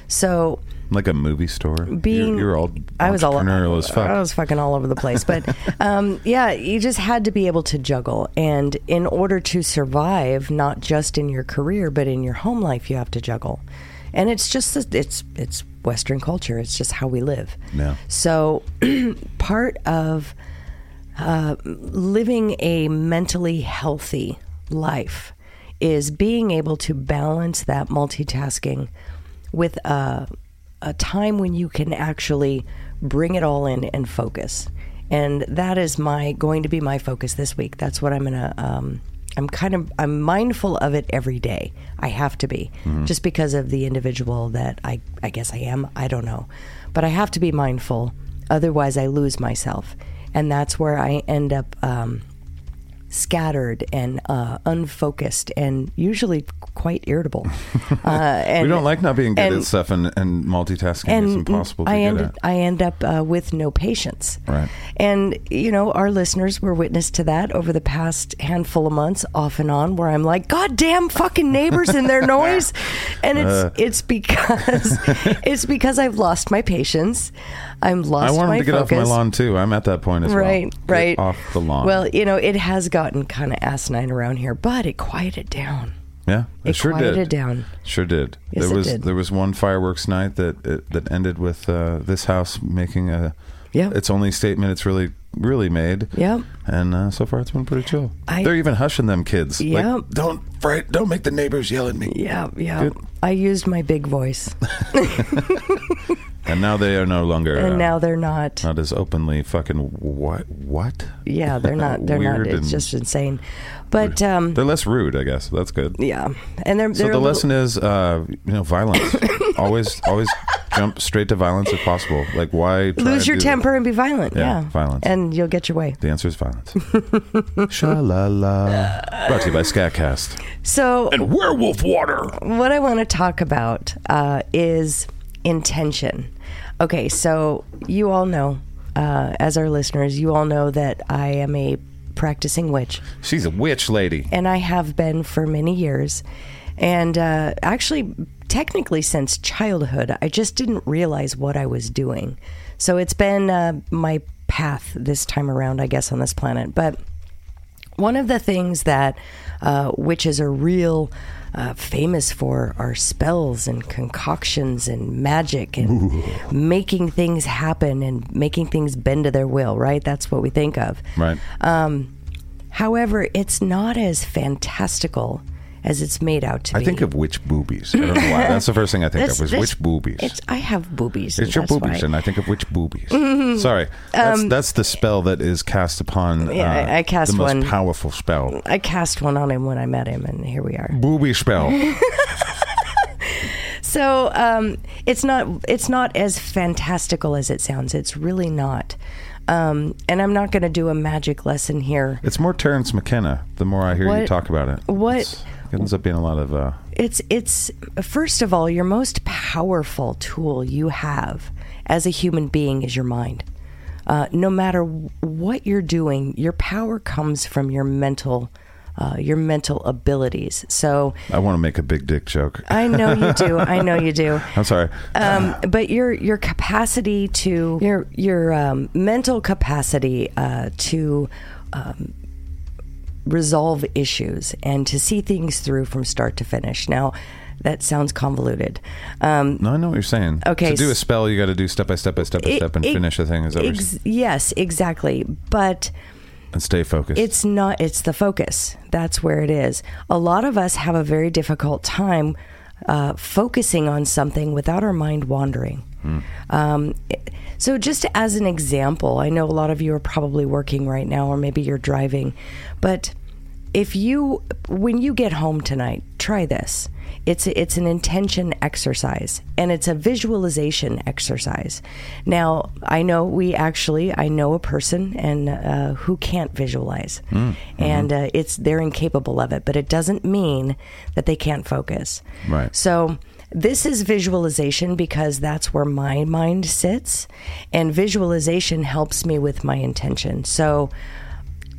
So
Like a movie store.
Being-
you're, you're all
I was all
entrepreneurial as fuck.
I was fucking all over the place, but um, yeah, you just had to be able to juggle, and in order to survive, not just in your career but in your home life, you have to juggle, and it's just it's it's Western culture. It's just how we live.
Yeah.
So part of uh, living a mentally healthy life is being able to balance that multitasking with a, a time when you can actually bring it all in and focus. And that is my going to be my focus this week. That's what I'm gonna. Um, I'm kind of I'm mindful of it every day. I have to be
Mhm.
just because of the individual that I I guess I am. I don't know, but I have to be mindful. Otherwise, I lose myself, and that's where I end up. Um, scattered and uh, unfocused and usually quite irritable. Uh, and,
we don't like not being good
and-
at stuff, and, and multitasking is impossible to
I
get
end
at.
I end up uh, with no patience.
Right.
And you know, our listeners were witness to that over the past handful of months, off and on, where I'm like, God damn fucking neighbors and their noise. And it's
Uh.
it's because it's because I've lost my patience. I'm
I
lost
want
my
them to get
focus.
off my lawn too. I'm at that point as well.
Right,
Get
right.
Off the lawn.
Well, you know, it has gotten kind of asinine around here, but it quieted down.
yeah, it,
it
sure
quieted
did.
down.
Sure did.
Yes,
there
it
was
did.
there was one fireworks night that it, that ended with uh, this house making a
yeah
its only statement it's really really made.
Yep.
And uh, so far it's been pretty chill.
I-
They're even hushing them kids. Like,
Yep.
don't fright. Don't make the neighbors yell at me.
Yeah, yeah.
Good.
I used my big voice,
And now they are no longer.
and
uh,
now they're not.
not as openly fucking what what
Yeah, they're not. They're not.
Weird
It's
and-
just insane. But um,
they're less rude i guess that's good
yeah, and they're.
so
they're
the
a little-
lesson is uh you know violence always always jump straight to violence if possible like why try
lose
to
your
do that?
temper and be violent.
Yeah,
Yeah,
violence.
and you'll get your way.
the answer is violence sha la la brought to you by scatcast
So
and werewolf water
what I want to talk about uh, is intention. Okay, so you all know, uh, as our listeners, you all know that I am a practicing witch.
she's a witch lady
and I have been for many years. And uh, actually, technically, since childhood, I just didn't realize what I was doing. So it's been uh, my path this time around, I guess, on this planet. But one of the things that uh, witches are real uh, famous for are spells and concoctions and magic and making things happen and making things bend to their will, right? That's what we think of.
right
Um, however, it's not as fantastical as it's made out to
i
be.
think of witch boobies i don't know why that's the first thing i think
This-
of was
this-
witch boobies
It's, I have boobies. and
It's your
that's
boobies,
why.
and I think of witch boobies.
Mhm.
Sorry, that's,
Um,
that's the spell that is cast upon.
Yeah,
uh,
I- I cast
the most
one.
powerful spell,
I cast one on him when I met him, and here we are.
booby spell.
So um, it's not it's not as fantastical as it sounds. It's really not. Um, and I'm not going to do a magic lesson here.
it's more Terrence McKenna. The more I hear you
What-
talk about it,
what-
It's- it ends up being a lot of. Uh,
It's it's first of all, your most powerful tool you have as a human being is your mind. Uh, no matter what you're doing, your power comes from your mental, uh, your mental abilities. So
I want to make a big dick joke.
I know you do. I know you do.
I'm sorry.
um, but your your capacity to your your um, mental capacity uh, to um, resolve issues and to see things through from start to finish. Now, that sounds convoluted. Um,
No, I know what you're saying.
Okay,
to do a
s-
spell, you got to do step by step by step by
it-
step and
it-
finish a thing. Is that what you're
ex-
saying?
yes, exactly. But
and stay focused.
It's not, it's the focus. That's where it is. A lot of us have a very difficult time uh, focusing on something without our mind wandering.
Hmm.
Um, it- so, just as an example, I know a lot of you are probably working right now, or maybe you're driving, but if you, when you get home tonight, try this. It's it's an intention exercise and it's a visualization exercise. Now, I know we actually I know a person and uh, who can't visualize,
Mm,
and uh, it's they're incapable of it. But it doesn't mean that they can't focus.
Right.
So This is visualization because that's where my mind sits, and visualization helps me with my intention. So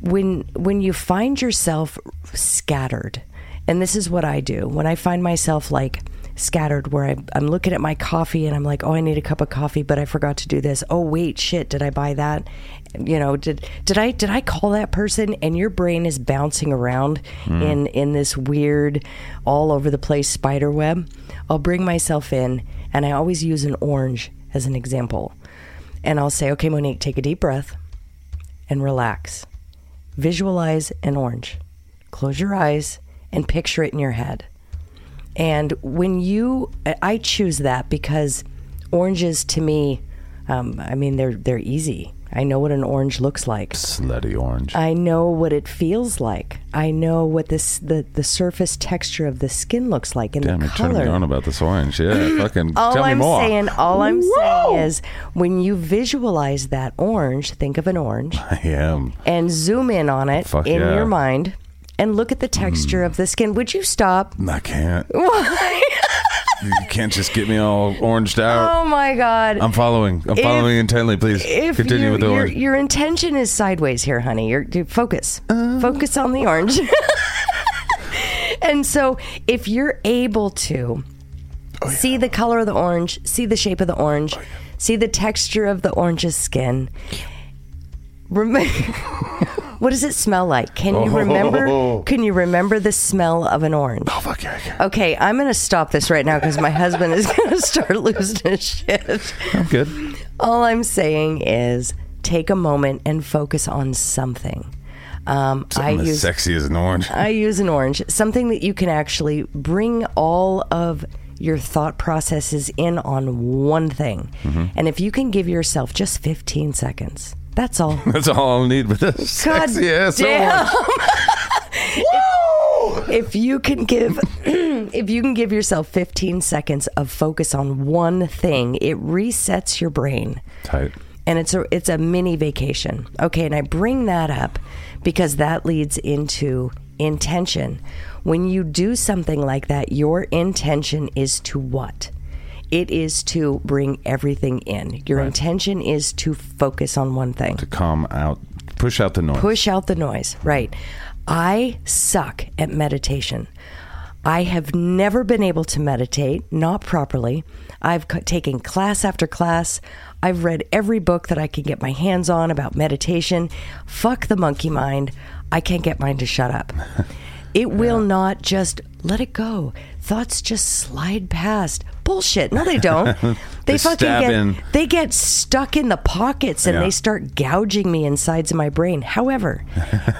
when when you find yourself scattered, and this is what I do when I find myself like scattered where I, I'm looking at my coffee and I'm like, oh, I need a cup of coffee, but I forgot to do this. Oh, wait, shit, did I buy that? You know, did did I did I call that person? And your brain is bouncing around
Mm.
in in this weird, all over the place spider web. I'll bring myself in, and I always use an orange as an example, and I'll say, okay, Monique, take a deep breath and relax. Visualize an orange. Close your eyes and picture it in your head. And when you, I- I choose that because oranges to me, um, I mean, they're they're easy. I know what an orange looks like.
Slutty orange.
I know what it feels like. I know what this the, the surface texture of the skin looks like and
Damn,
the
you're
color.
turning me on about this orange. Yeah, fucking
All
tell
I'm
me more.
saying, all I'm saying is, when you visualize that orange, think of an orange
I am.
and zoom in on it
Fuck
in
yeah. Hmm.
your mind, and look at the texture of the skin. Would you stop?
I can't. Uh,
Why?
You can't just get me all oranged out.
Oh my God!
I'm following. I'm
If-
following intently. Please
If
continue
your-
with the
your,
orange.
your intention is sideways here, honey. Your your focus,
Oh.
focus on the orange. and so, if you're able to
Oh,
see the color of the orange, see the shape of the orange, see the texture of the orange's skin. Rem- what does it smell like? Can you remember?
Oh.
Can you remember the smell of an orange? Oh fuck yeah! Okay, I'm gonna stop this right now because my husband is gonna start losing his shit.
I'm good.
All I'm saying is take a moment and focus on something. Um, I
I'm as
use
sexy as an orange.
I use an orange, something that you can actually bring all of your thought processes in on one thing.
Mhm.
And if you can give yourself just 15 seconds, that's all.
That's all I'll need with this
God
sexy ass
damn.
orange.
if, if you can give if you can give yourself 15 seconds of focus on one thing, it resets your brain.
Tight.
And it's a it's a mini vacation. Okay, and I bring that up because that leads into intention. When you do something like that, your intention is to what? It is to bring everything in. Your intention is to focus on one thing.
To calm out, push out the noise.
Push out the noise, right? I suck at meditation. I have never been able to meditate, not properly. I've c- taken class after class. I've read every book that I can get my hands on about meditation. Fuck the monkey mind. I can't get mine to shut up. It will not just let it go. Thoughts just slide past. Bullshit. No, they don't. They,
They
fucking
stab
get
in.
they get stuck in the pockets and
Yeah.
they start gouging me insides of my brain. However,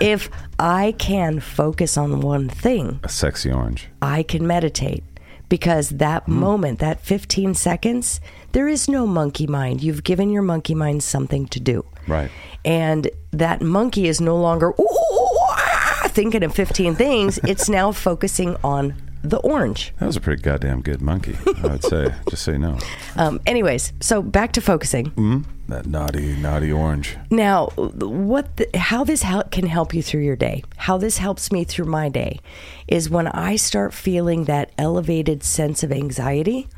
if I can focus on one thing,
A sexy orange.
I can meditate because that moment, that 15 seconds, there is no monkey mind. You've given your monkey mind something to do.
Right.
And that monkey is no longer "Ooh, ooh, ooh, ah," thinking of 15 things. it's now focusing on the orange.
That was a pretty goddamn good monkey. I would say. Just so you know.
Um, anyways, so back to focusing.
Mm? That naughty, naughty orange.
Now, what the, how this help can help you through your day? How this helps me through my day is when I start feeling that elevated sense of anxiety.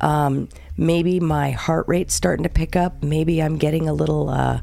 Um, maybe my heart rate's starting to pick up. Maybe I'm getting a little uh,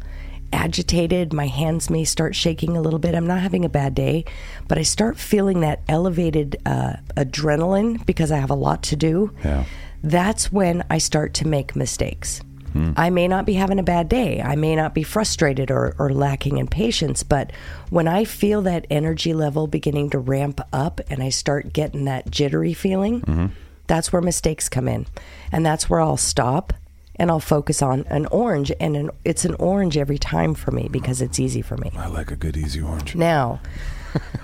agitated. My hands may start shaking a little bit. I'm not having a bad day, but I start feeling that elevated uh, adrenaline because I have a lot to do.
Yeah.
That's when I start to make mistakes.
Hmm.
I may not be having a bad day. I may not be frustrated or, or lacking in patience, but when I feel that energy level beginning to ramp up and I start getting that jittery feeling, that's where mistakes come in. And that's where I'll stop and I'll focus on an orange. And an, it's an orange every time for me because it's easy for me.
I like a good easy orange.
Now,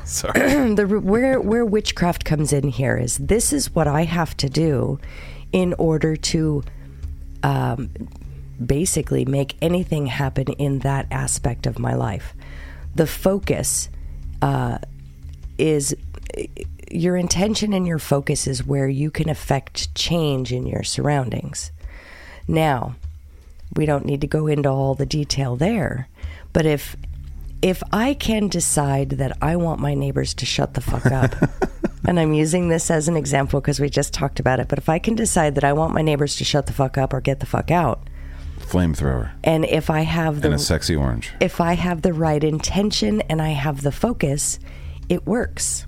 Sorry.
the r- where where witchcraft comes in here is this is what I have to do in order to um, basically make anything happen in that aspect of my life. The focus uh, is your intention and your focus is where you can affect change in your surroundings. Now, we don't need to go into all the detail there, but if if I can decide that I want my neighbors to shut the fuck up, and I'm using this as an example because we just talked about it, but if I can decide that I want my neighbors to shut the fuck up or get the fuck out,
Flamethrower.
and if I have the
And a sexy orange.
if I have the right intention and I have the focus, it works.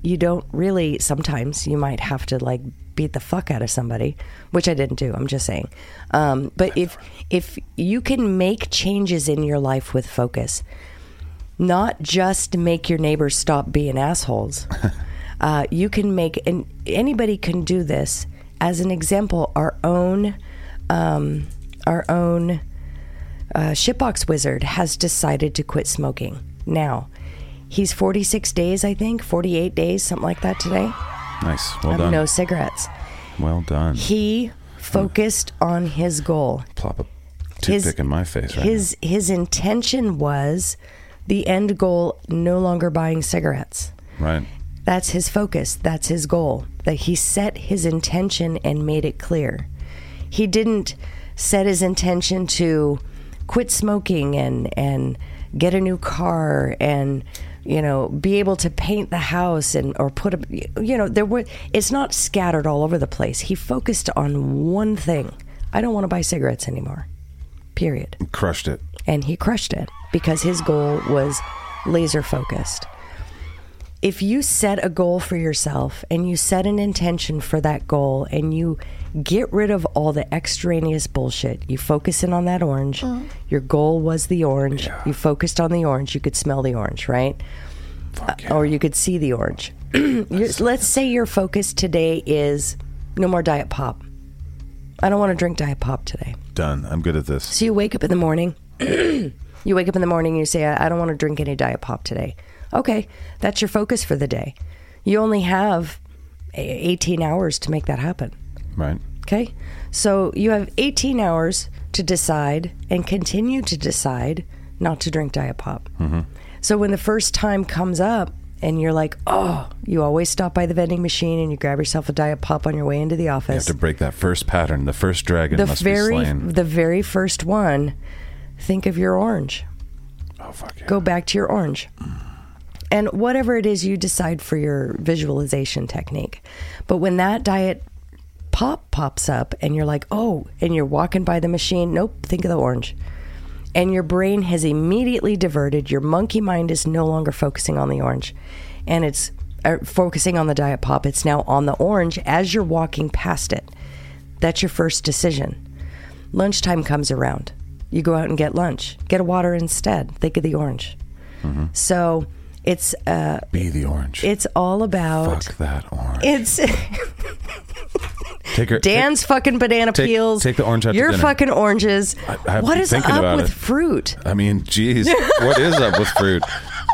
You don't really, sometimes you might have to like beat the fuck out of somebody, which I didn't do. I'm just saying. Um, but if, if you can make changes in your life with focus, not just make your neighbors stop being assholes, uh, you can make, and anybody can do this as an example, our own, um, our own, uh, Shitbox Wizard has decided to quit smoking. Now, he's 46 days, I think, 48 days, something like that today.
Nice. Well
of
done.
No cigarettes.
Well done.
He focused on his goal.
Plop a
His-
toothpick in my face right
his his intention was the end goal no longer buying cigarettes.
now. Right.
That's his focus. That's his goal. That he set his intention and made it clear. He didn't set his intention to quit smoking and and get a new car and you know be able to paint the house and or put a you know there were it's not scattered all over the place. He focused on one thing. I don't want to buy cigarettes anymore. Period
Crushed it.
and he crushed it because his goal was laser focused. If you set a goal for yourself and you set an intention for that goal and you get rid of all the extraneous bullshit, you focus in on that orange. Your goal was the orange. You focused on the orange. You could smell the orange, right? Uh, Or you could see the orange. You- Let's say your focus today is no more diet pop. I don't want to drink diet pop today.
Done. I'm good at this.
So you wake up in the morning. you wake up in the morning and you say, I I don't want to drink any Diet Pop today. Okay, that's your focus for the day. You only have a- 18 hours to make that happen.
Right.
Okay? So you have 18 hours to decide and continue to decide not to drink Diet Pop.
Mm-hmm.
Mhm.
So when the first time comes up and you're like, oh, you always stop by the vending machine and you grab yourself a Diet Pop on your way into the
You have
office
to break that first pattern. The first dragon
the
must
very
be slain.
the very first one think of your orange oh fuck go back to your orange and whatever it is you decide for your visualization technique but when that diet pop pops up and you're like oh and you're walking by the machine nope think of the orange and your brain has immediately diverted your monkey mind is no longer focusing on the orange and it's uh, focusing on the diet pop it's now on the orange as you're walking past it that's your first decision. Lunchtime comes around. You go out and get lunch. Get a water instead. Think of the orange.
Mhm.
So it's uh,
Be the orange.
it's all about
Fuck that orange.
it's
Take her.
Dan's fucking banana
take-
peels.
take the orange out to
Your
dinner.
fucking oranges.
I have
what
been
is
thinking
up
about
with
it.
fruit?
I mean, geez, what is up with fruit?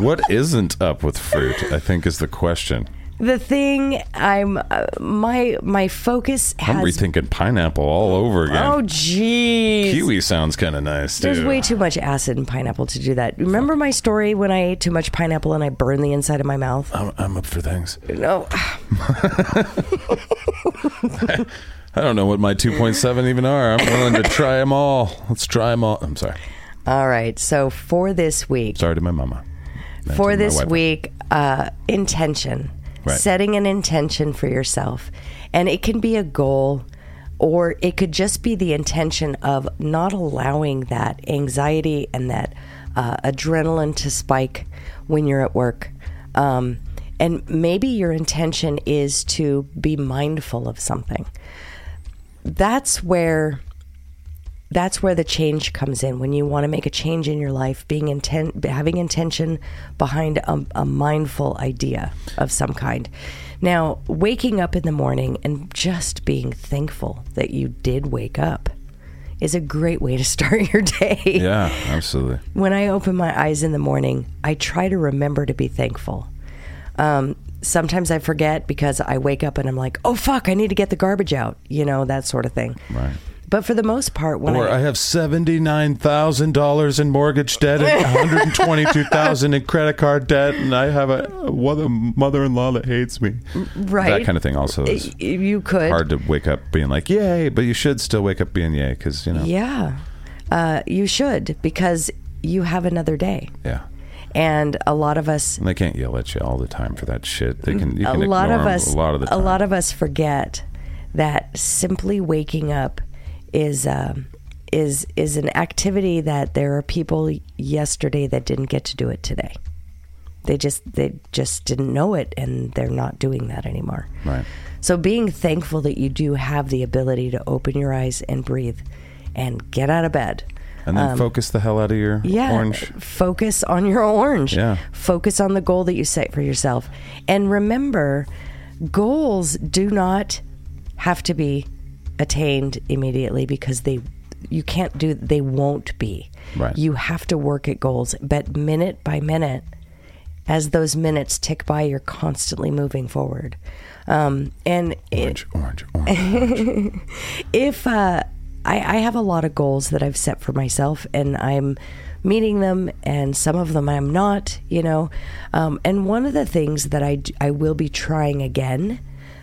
What isn't up with fruit? I think is the question.
The thing I'm uh, my my focus
I'm
has
rethinking pineapple all over again.
oh jeez
Kiwi sounds kind of nice too.
There's way too much acid in pineapple to do that. Remember my story when I ate too much pineapple and I burned the inside of my mouth?
I'm, I'm up for things.
No.
I don't know what my 2.7 even are. I'm willing to try them all. Let's try them all. I'm sorry.
All right. So for this week,
Sorry to my mama. Not
for
to my
this
wife.
week, uh, intention.
Right.
Setting an intention for yourself. And it can be a goal or it could just be the intention of not allowing that anxiety and that uh, adrenaline to spike when you're at work. Um, and maybe your intention is to be mindful of something. That's where that's where the change comes in when you want to make a change in your life being intent having intention behind a, a mindful idea of some kind now waking up in the morning and just being thankful that you did wake up is a great way to start your day
Yeah, absolutely.
when I open my eyes in the morning, I try to remember to be thankful. Um, sometimes I forget because I wake up and I'm like, oh, fuck, I need to get the garbage out, you know, that sort of thing.
Right.
But for the most part, when
Or uh,
I,
I have seventy-nine thousand dollars in mortgage debt and one hundred and twenty-two thousand in credit card debt, and I have a, a mother-in-law that hates me.
right,
That kind of thing also is
you could.
hard to wake up being like yay, but you should still wake up being yay because you know
Yeah. Uh, you should because you have another day.
yeah.
and a lot of us
And they can't yell at you all the time for that shit. They can. You
a
can
lot
ignore
of
'em
us
A lot of the time.
lot of us forget that simply waking up is um, is is an activity that there are people yesterday that didn't get to do it today. They just they just didn't know it and they're not doing that anymore.
Right.
So being thankful that you do have the ability to open your eyes and breathe and get out of bed.
and then
Um,
focus the hell out of your
yeah,
orange.
Focus on your orange.
Yeah.
Focus on the goal that you set for yourself. And remember, goals do not have to be attained immediately because they you can't do they won't be.
Right.
You have to work at goals, but minute by minute as those minutes tick by, you're constantly moving forward. Um, and orange,
orange,
orange. if uh, I, I have a lot of goals that I've set for myself, and I'm meeting them, and some of them I'm not, you know. Um, and one of the things that I d- I will be trying again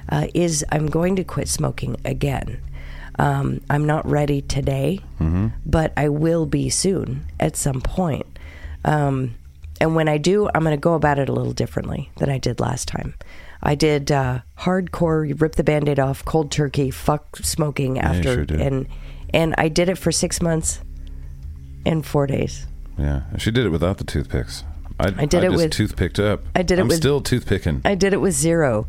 uh, is I'm going to quit smoking again. Um, I'm not ready today,
Mm-hmm.
Mhm.
but I will be soon at some point. Um, and when I do, I'm going to go about it a little differently than I did last time. I did uh, hardcore, you rip the band aid off, cold turkey, fuck smoking
Yeah, you
after.
sure did.
and, and I did it for six months and four days.
Yeah, she did it without the toothpicks. I,
I did it
just
with-
toothpicked up.
I did it
I'm
with-
still toothpicking.
I did it with zero.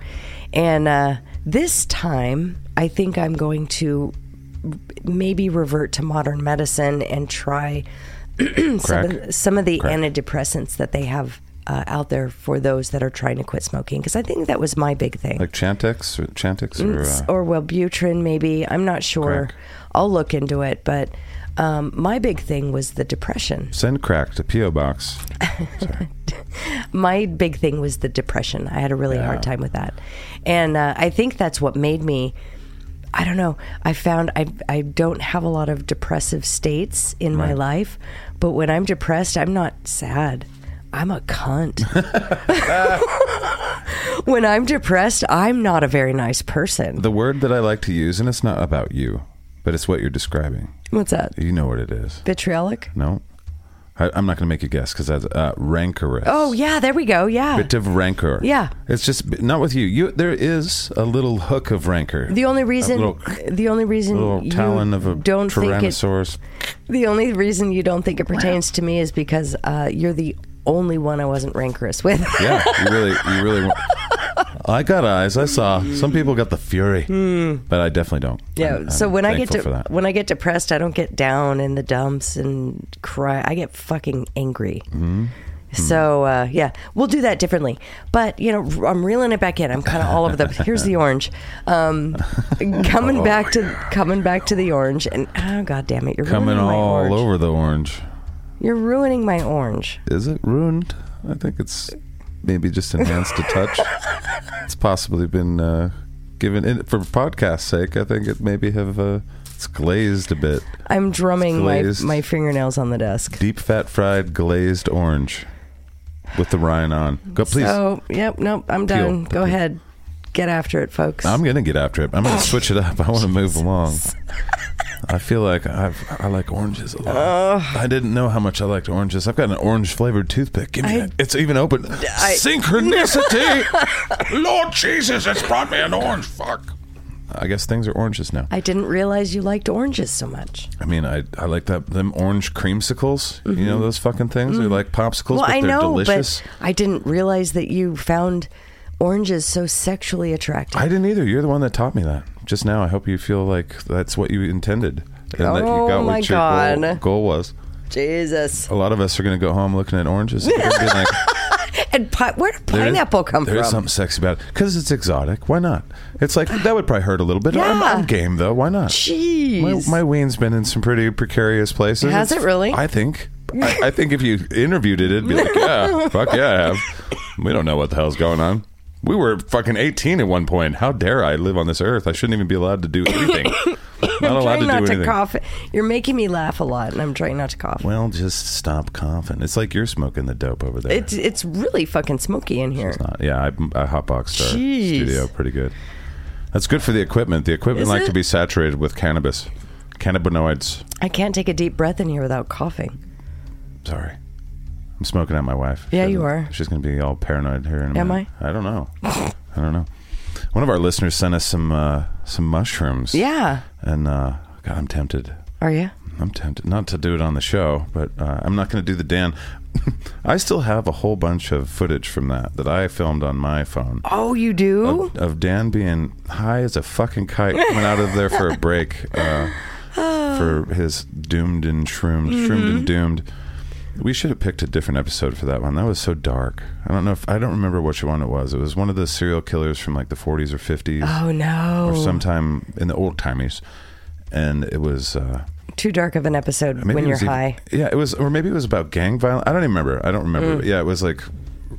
And uh, this time, I think I'm going to maybe revert to modern medicine and try some,
Crack?
of, some of the
Crack.
antidepressants that they have uh, out there for those that are trying to quit smoking. Because I think that was my big thing.
like Chantix or Chantix or
Mm, s-
uh,
or Wellbutrin, maybe. I'm not sure. I'll look into it. But um, my big thing was the depression.
send crack to PO box.
my big thing was the depression. I had a really hard time with that, and uh, I think that's what made me. I don't know. I found I I don't have a lot of depressive states in my
Right.
life, but when I'm depressed, I'm not sad. I'm a cunt. when I'm depressed, I'm not a very nice person.
The word that I like to use, and it's not about you, but it's what you're describing.
What's that?
You know what it is.
Vitriolic?
No, I, I'm not going to make a guess because that's uh, rancorous.
Oh yeah, there we go. Yeah.
Bit of rancor.
Yeah.
It's just not with you. You there is a little hook of rancor.
The only
A
reason
little,
the only reason
little
you
talon of a
don't think it
tyrannosaurus.
The only reason you don't think it pertains to me is because uh, you're the only one I wasn't rancorous with.
yeah, you really, you really. Want, I got eyes. I saw. Some people got the fury,
Hmm.
but I definitely don't.
Yeah.
I'm-
so
I'm
when I get
thankful for
to
that.
when I get depressed, I don't get down in the dumps and cry. I get fucking angry.
Mhm.
So uh, yeah, we'll do that differently. But you know, r- I'm reeling it back in. I'm kind of all over the. Here's the orange. Um,
Oh,
coming back to coming back to the orange, and oh god damn it, you're
coming
ruining my
all
orange.
over the orange.
You're ruining my orange.
Is it ruined? I think it's maybe just enhanced a touch. it's possibly been uh, given in, for podcast sake. I think it maybe have uh, it's glazed a bit.
I'm drumming my,
glazed.
my fingernails on the desk.
Deep fat fried glazed orange with the rind on. Go please.
So, yep, nope, I'm
Peel.
done. Go ahead. Get after it, folks.
I'm gonna get after it. I'm
Oh.
gonna switch it up. I want to move along. I feel like I've I like oranges a lot. I didn't know how much I liked oranges. I've got an orange flavored toothpick. Give me
I-
that. It's even open. Synchronicity. Lord Jesus, it's brought me an orange. Fuck. I guess things are oranges now.
I didn't realize you liked oranges so much.
I mean, I I like that them orange creamsicles. You know those fucking things. They're like popsicles,
Mm-hmm. Mm. well,
but
I
they're
know,
delicious.
but I didn't realize that you found oranges so sexually attractive.
I didn't either. You're the one that taught me that just now. I hope you feel like that's what you intended and that you
Oh,
got
my
what your goal-
God.
goal was.
Jesus.
A lot of us are going to go home looking at oranges. and be like,
And pi- where did
there is-
pineapple come
There is
from?
something sexy about it because it's exotic. Why not? It's like that would probably hurt a little bit. I'm, I'm game though. Why not?
Jeez.
My, my ween's been in some pretty precarious places.
Has it really?
I think. I, I think if you interviewed it, it'd be like, yeah, fuck yeah, I have. We don't know what the hell's going on. We were fucking 18 at one point. How dare I live on this earth? I shouldn't even be allowed to do anything. not
I'm
allowed
trying
to do
not to
anything.
cough. You're making me laugh a lot, and I'm trying not to cough.
Well, just stop coughing. It's like you're smoking the dope over there.
It's it's really fucking smoky in here.
Uh, yeah, I, I hotboxed our
Jeez.
studio pretty good. That's good for the equipment. The equipment
Is
like
it?
to be saturated with cannabis, cannabinoids.
I can't take a deep breath in here without coughing.
Sorry, I'm smoking at my wife.
Yeah, you
doesn't-
are.
She's going to be all paranoid here in a
Am
minute. I? I don't know. I don't know. One of our listeners sent us some uh, some mushrooms.
Yeah.
And uh, God, I'm tempted.
Are you?
I'm tempted not to do it on the show, but uh, I'm not going to do the Dan. I still have a whole bunch of footage from that that I filmed on my phone
Oh, you do?
of, of Dan being high as a fucking kite coming out of there for a break uh, for his doomed and shroomed, shroomed and doomed. We should have picked a different episode for that one. That was so dark. I don't know if I don't remember which one it was. It was one of the serial killers from like the 40s or 50s.
Oh, no.
Or sometime in the old timies, and it was. Uh,
Too dark of an episode
Maybe
when
it
you're
was even-
high.
yeah, it was, or maybe it was about gang violence. I don't even remember. I don't remember.
Mm.
But yeah, it was like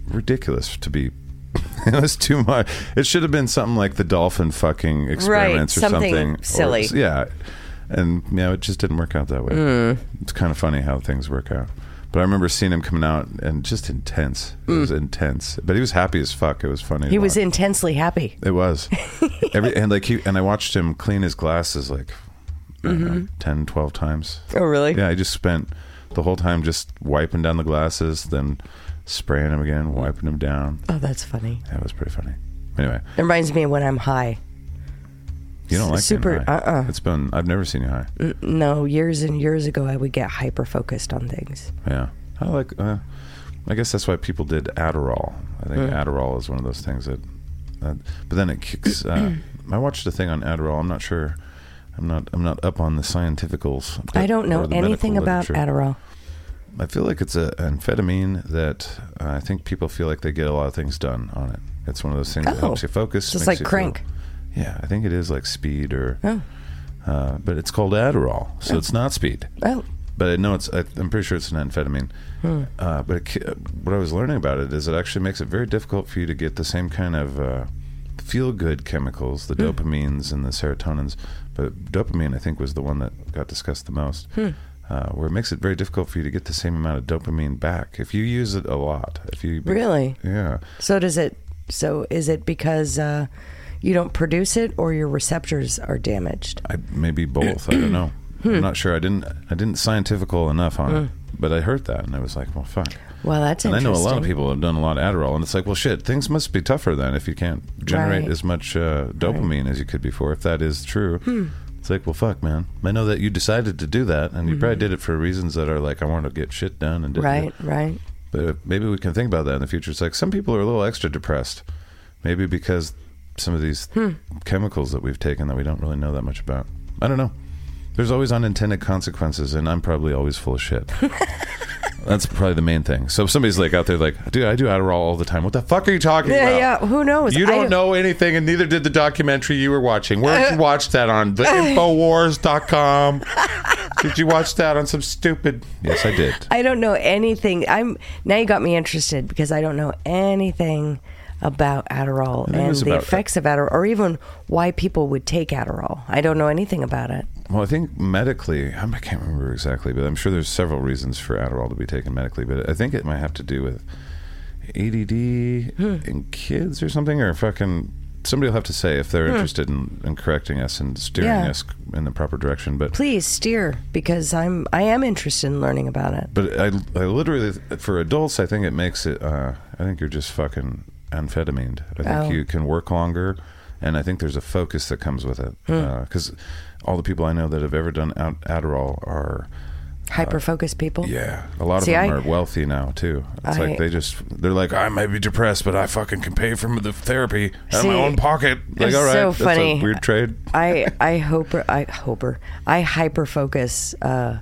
ridiculous to be. it was too much. It should have been something like the dolphin fucking experiments or
something
something, or-
silly.
yeah, and you know, it just didn't work out that way.
Mm.
It's kind of funny how things work out. But I remember seeing him coming out and just intense. It was intense, but he was happy as fuck. It was funny.
Mm. He
to
was
watch.
intensely happy.
It was. Every, and like he and I watched him clean his glasses like I don't know,
Mhm.
10, 12 times.
Oh, really?
Yeah, I just spent the whole time just wiping down the glasses, then spraying them again, wiping them down.
Oh, that's funny.
That was pretty funny. Anyway,
It reminds me of when I'm high.
you don't
S-
like
super-
Being high. Uh-uh. It's been I've never seen you high.
N- No, years and years ago, I would get hyper focused on things.
Yeah, I like. Uh, I guess that's why people did Adderall. I think
Mm.
Adderall is one of those things that. that but then it kicks. Uh, I watched a thing on Adderall. I'm not sure. I'm not. I'm not up on the scientificals. but-
I don't know
or the
anything
medical
about
literature.
Adderall.
I feel like it's a amphetamine that uh, I think people feel like they get a lot of things done on it. It's one of those things that
Oh.
helps you focus. makes
Just like
you feel-
crank.
yeah, I think it is like speed or.
Oh.
Uh, but it's called Adderall, so
Oh.
it's not speed.
Oh.
But I know it's. I, I'm pretty sure it's an amphetamine.
Hmm.
Uh, but it, ki- what I was learning about it is it actually makes it very difficult for you to get the same kind of uh, feel good chemicals, the
Hmm.
dopamines and the serotonins. But dopamine, I think, was the one that got discussed the most,
Hmm.
uh, where it makes it very difficult for you to get the same amount of dopamine back if you use it a lot. If you
Really?
yeah,
So does it? So is it because uh, you don't produce it, or your receptors are damaged?
I, maybe both. I don't know.
Hmm.
I'm not sure. I didn't. I didn't scientifical enough on
Mm.
it, but I heard that and I was like, well, fuck.
Well, that's
and I know
interesting.
a lot of people have done a lot of Adderall, and it's like, well, shit, things must be tougher then if you can't generate
Right.
as much uh, dopamine as you could before, if that is true.
Hmm.
It's like, well, fuck, man. I know that you decided to do that, and you probably did it for reasons that are like, I want to get shit done and did
Mm-hmm. Right, right.
But if- maybe we can think about that in the future. It's like some people are a little extra depressed, maybe because some of these
Hmm.
chemicals that we've taken that we don't really know that much about. I don't know. There's always unintended consequences, and I'm probably always full of shit. That's probably the main thing. So if somebody's like out there, like, dude, I do Adderall all the time. What the fuck are you talking
Yeah,
about?
yeah. Who knows?
You
I
don't know anything, and neither did the documentary you were watching. Where did you watch that on? The Infowars.com. did you watch that on some stupid? Yes, I did.
I don't know anything. I'm now you got me interested because I don't know anything about Adderall
I think it
and
was
the
about-
effects of Adderall, or even why people would take Adderall. I don't know anything about it.
Well, I think medically, I'm- I can't remember exactly, but I'm sure there's several reasons for Adderall to be taken medically. But I think it might have to do with ADD
Hmm.
in kids or something, or fucking somebody will have to say if they're
Hmm.
interested in, in correcting us and steering
Yeah.
us in the proper direction. But
Please steer because I'm I am interested in learning about it.
but I, I literally for adults, I think it makes it. Uh, I think you're just fucking amphetamine. I think
Oh.
you can work longer, and I think there's a focus that comes with it.
Hmm.
Because all the people I know that have ever done Ad- Adderall are
Hyper focused people.
Uh, Yeah, a lot
See,
of them
I-
are wealthy now too. It's
I-
like they just they're like, I may be depressed, but I fucking can pay for the therapy out of my
See,
own pocket. Like,
it's
all right,
so
that's
funny.
a weird trade.
I I hope I hope I hyper focus uh,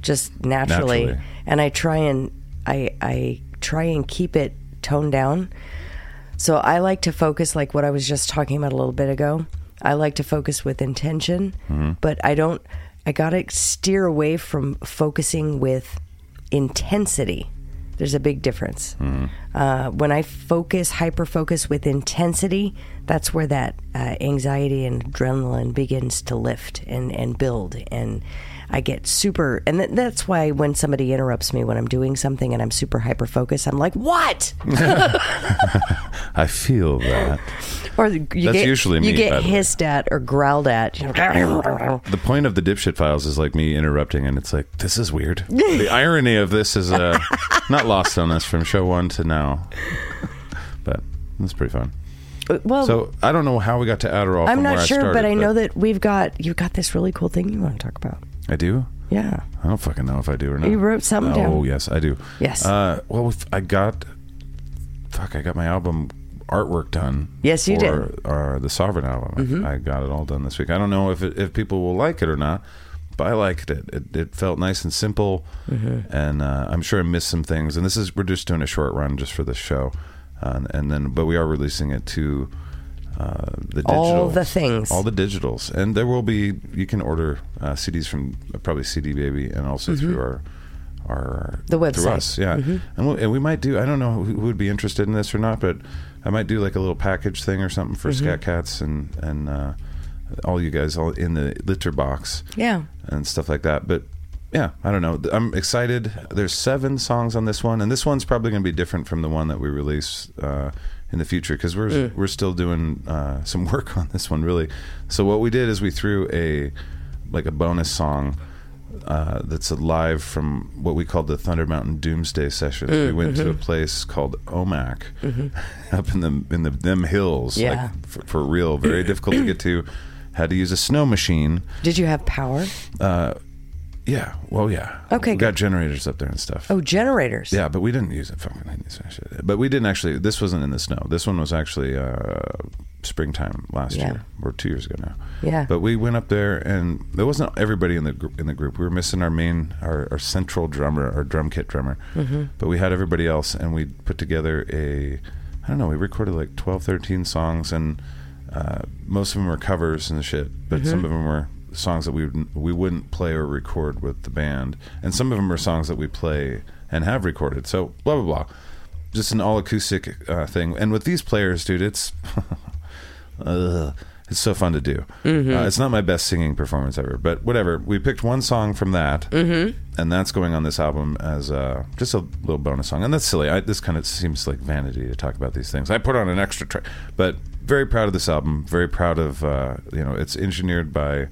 just naturally,
Naturally.
and I try and I I try and keep it toned down. So I like to focus like what I was just talking about a little bit ago. I like to focus with intention,
Mhm.
but I don't. I gotta steer away from focusing with intensity. There's a big difference. Uh, when I focus, hyper focus with intensity, that's where that uh, anxiety and adrenaline begins to lift and, and build. And I get super, and th- that's why when somebody interrupts me when I'm doing something and I'm super hyper focused, I'm like, what?
I feel that.
or you
That's
get,
usually me,
You
by
get
the way.
hissed at or growled at. You know,
The point of the dipshit files is like me interrupting, and it's like this is weird. the irony of this is uh, not lost on us from show one to now, but it's pretty fun.
well,
so I don't know how we got to Adderall.
Oh. I'm
from
not
where
sure,
I started,
but I know that we've got you got this really cool thing you want to talk about.
I do.
Yeah.
I don't fucking know if I do or not.
You wrote something
oh,
down.
Oh yes, I do.
Yes.
Uh, well, if I got fuck. I got my album artwork done.
Yes, you Mm-hmm.
for, did. Or the Sovereign album. I got it all done this week. I don't know if it, if people will like it or not, but I liked it. It, it felt nice and simple,
Mm-hmm.
and uh, I'm sure I missed some things. And this is we're just doing a short run just for this show, uh, and then but we are releasing it to. Uh, the digitals,
All the things.
all the digitals, and there will be. You can order uh, CDs from uh, probably CD Baby, and also through our our
Mm-hmm. The
through
website.
us, yeah.
Mhm.
And, we, and we might do. I don't know who who would be interested in this or not, but I might do like a little package thing or something for
Mhm.
Scat Cats and and uh, all you guys all in the litter box,
Yeah.
and stuff like that. But yeah, I don't know. I'm excited. There's seven songs on this one, and this one's probably going to be different from the one that we release uh, in the future because we're
Mm.
we're still doing uh, some work on this one, really. So what we did is we threw a like a bonus song uh, that's live from what we called the Thunder Mountain Doomsday session.
Mm,
we
Mm-hmm.
went to a
mhm.
place called OMAC
Mhm.
up in the in the them hills,
Yeah.
like for, for real, very difficult to get to. Had to use a snow machine.
Did you have power?
Uh, yeah. Well, yeah.
Okay,
We got generators up there and stuff.
Oh, generators.
Yeah, but we didn't use it. Fucking I used that shit. But we didn't actually. This wasn't in the snow. This one was actually uh, springtime last
Yeah.
year or two years ago now.
Yeah.
But we went up there, and there wasn't everybody in the group. In the group, we were missing our main, our, our central drummer, our drum kit drummer.
Mhm.
But we had everybody else, and we put together a. I don't know. We recorded like 12, 13 songs, and uh, most of them were covers and shit. But
Mhm.
some of them were songs that we would, we wouldn't play or record with the band, and some of them are songs that we play and have recorded. So blah blah blah, just an all acoustic uh, thing. And with these players, dude, it's Ugh. It's so fun to do.
Mm-hmm.
Mhm.
Uh, it's not my best singing performance ever, but whatever. We picked one song from that,
Mhm.
Mm-hmm.
and that's going on this album as uh, just a little bonus song. And that's silly. I, this kind of seems like vanity to talk about these things. I put on an extra track, but very proud of this album. Very proud of uh, you know it's engineered by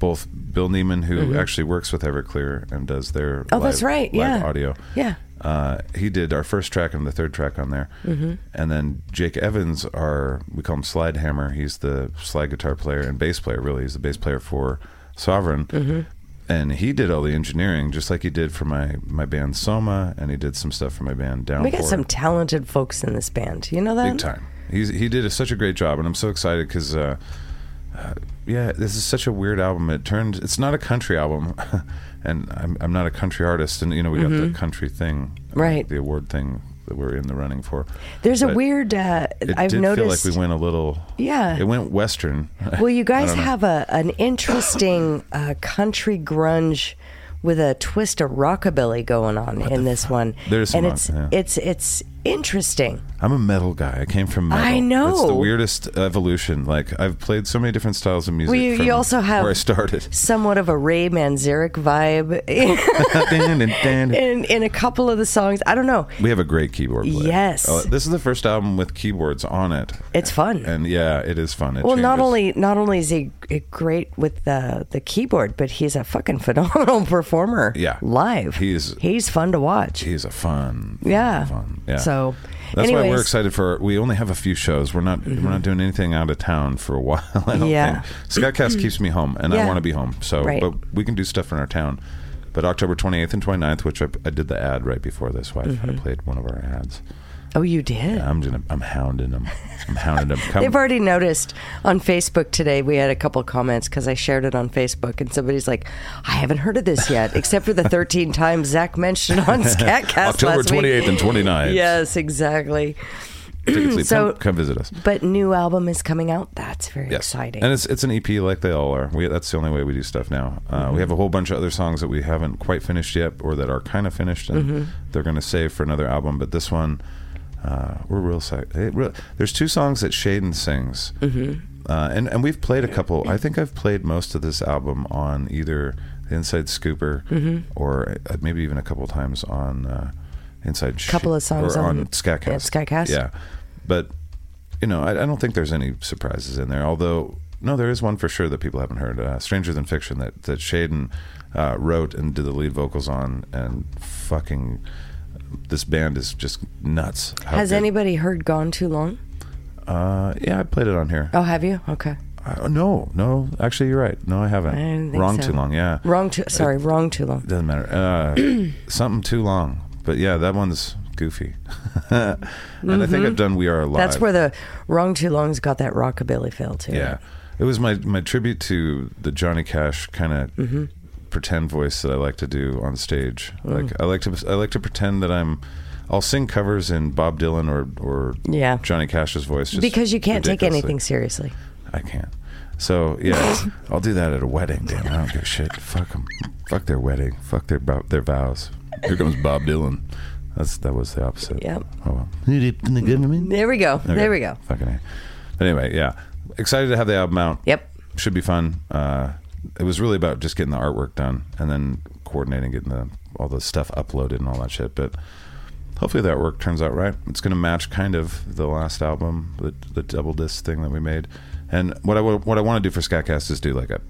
both Bill Neiman, who
Mhm.
actually works with Everclear and does their
Oh,
live,
that's right.
live
Yeah.
audio.
Yeah.
Uh, he did our first track and the third track on there.
Mhm.
And then Jake Evans, our we call him Slide Hammer. He's the slide guitar player and bass player. Really, he's the bass player for Sovereign.
Mm-hmm.
Mhm.
And he did all the engineering, just like he did for my my band Soma, and he did some stuff for my band Downpour.
We got some talented folks in this band. You know that?
Big time. He's, he did a, such a great job, and I'm so excited because, uh, uh, yeah, this is such a weird album. It turned. It's not a country album, and I'm, I'm not a country artist, and you know we got
Mhm.
the country thing, uh,
Right.
the award thing that we're in the running for.
There's a
But
weird. Uh,
It
I've
did
noticed.
feel like we went a little.
Yeah.
It went western.
Well, you guys
I don't know.
have a an interesting uh, country grunge with a twist of rockabilly going on in this one.
There's some
and
rock,
it's
yeah.
it's it's interesting.
I'm a metal guy. I came from metal.
I
It's
know.
the weirdest evolution. Like I've played so many different styles of music.
Well, you-
from
you also have
where I started.
Somewhat of a Ray Manzarek vibe in in a couple of the songs. I don't know.
We have a great keyboard player.
Yes.
Oh, this is the first album with keyboards on it.
It's fun.
And yeah, it is fun. It
well, not
changes.
only not only is he g- great with the the keyboard, but he's a fucking phenomenal performer.
Yeah.
live.
He's
he's fun to watch.
He's a fun.
Yeah.
Yeah.
So
That's why we're
anyways, Mm-hmm.
excited for. We only have a few shows. We're not. We're not doing anything out of town for a while. I don't
Yeah.
think. Scottcast keeps me home, and I
Yeah.
want to be home. So,
Right.
but we can do stuff in our town. But October 28th and 29th, which I, I did the ad right before this. Why I
Mhm.
played one of our ads.
Oh, you did.
I'm gonna. I'm hounding them. I'm hounding them. Come,
They've already noticed on Facebook today. We had a couple comments because I shared it on Facebook, and somebody's like, "I haven't heard of this yet, except for the 13 times Zach mentioned on Scatcast
October
last week."
28th and 29th.
Yes, exactly.
Tickets leave.
so,
come, come visit us.
but new album is coming out. That's very
Yes.
exciting.
And it's it's an EP like they all are. We, that's the only way we do stuff now. Uh,
Mm-hmm.
We have a whole bunch of other songs that we haven't quite finished yet, or that are kind of finished, and
Mm-hmm.
Mhm.
they're going to save for another album. But this one, uh, we're real excited. There's two songs that Shaden sings,
Mhm.
Mm-hmm.
uh, and and we've played a couple. I think I've played most of this album on either Inside Scooper,
Mhm.
or uh, maybe even a couple times on uh, Inside. Sh-
Couple of songs
or
on-
on Skycast.
yeah, Skycast.
Yeah, but you know, I, I don't think there's any surprises in there. Although, no, there is one for sure that people haven't heard. Uh, Stranger Than Fiction that that Shaden uh, wrote and did the lead vocals on, and fucking. This band is just nuts. How
Has
good-
anybody heard Gone Too Long?
Uh, yeah, I played it on here.
Oh, have you? Okay.
Uh, no, no. Actually, you're right. No, I haven't.
I didn't think
wrong
so.
too long. Yeah.
Wrong too. Sorry, wrong too long.
Doesn't matter. Uh, something too long. But yeah, that one's goofy. and I think
Mhm.
I've done We Are Alive.
That's where the wrong too long's got that rockabilly feel too.
Yeah. It was my, my tribute to the Johnny Cash kind of
Mhm.
pretend voice that I like to do on stage.
Mm.
Like I like to I like to pretend that I'm I'll sing covers in Bob Dylan or or
Yeah.
Johnny Cash's voice just
because you can't take
ridiculously.
anything seriously.
I can't. So yeah, I'll do that at a wedding. Damn, I don't give a shit. Fuck them. Fuck their wedding. Fuck their bo- their vows. Here comes Bob Dylan. That's that was the opposite.
Yep.
Oh well.
the government. There we go.
Okay.
There we go.
Fucking. A. But anyway, yeah. Excited to have the album out.
Yep.
Should be fun. Uh, it was really about just getting the artwork done and then coordinating getting the all the stuff uploaded and all that shit. But hopefully that work turns out right. It's going to match kind of the last album, the the double disc thing that we made. And what I wa- what I want to do for Scatcast is do like a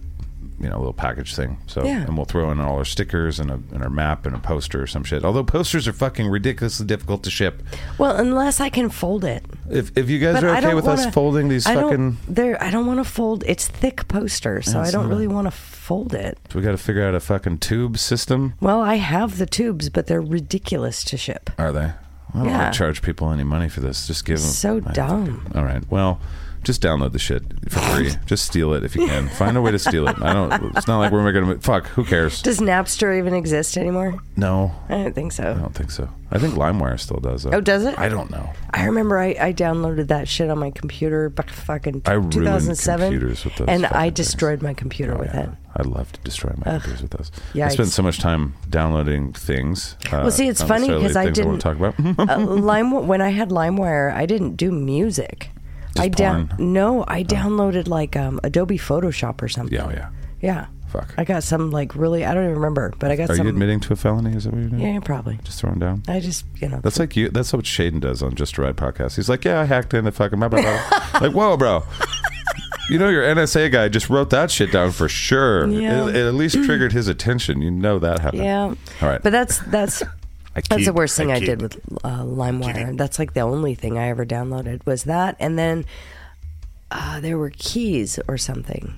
you know little package thing. So
Yeah.
and we'll throw in all our stickers and, a, and our map and a poster or some shit. Although posters are fucking ridiculously difficult to ship.
Well, unless I can fold it.
If if you guys
But
are
I
okay
don't
with us
wanna-
folding these
I
fucking,
Don't, there, I don't want to fold. It's thick poster, so
Yeah,
I
it's
don't
not
really want to fold it.
so we got to figure out a fucking tube system.
Well, I have the tubes, but they're ridiculous to ship.
Are they? I don't
Yeah.
want to charge people any money for this. Just give them.
So dumb.
All right. Well, just download the shit for free. just steal it if you can. Find a way to steal it. I don't. It's not like we're going to. Fuck. Who cares?
Does Napster even exist anymore?
No.
I don't think so.
I don't think so. I think LimeWire still does. Though.
Oh, does it?
I don't know.
I remember I, I downloaded that shit on my computer back fucking
I ruined
2007,
computers with those
and I
fucking Oh,
destroyed my computer with it.
I love to destroy my
Ugh.
computers with those. I
Yikes.
spent so much time downloading things. Uh,
well, see, it's
not
funny
necessarily
because I
things
didn't
want to talk about.
uh, Lime when I had LimeWire, I didn't do music. I down no, I downloaded like um, Adobe Photoshop or something.
Oh. Yeah, oh, yeah.
yeah.
Fuck.
I got some like really I don't even remember, but I got
Are
some.
you admitting to a felony? Is that what you're doing?
Yeah, probably.
Just throwing down.
I just you know.
That's like you. That's what Shaden does on Just a Ride podcast. He's like, yeah, I hacked into fucking blah blah blah. like, whoa, bro. You know your NSA guy just wrote that shit down for sure.
Yeah.
It, it at least triggered his attention. You know that happened.
yeah.
All right.
But that's that's
I
that's the
kid,
worst thing
I
I,
kid.
did with uh, LimeWire. That's like the only thing I ever downloaded was that, and then uh, there were keys or something.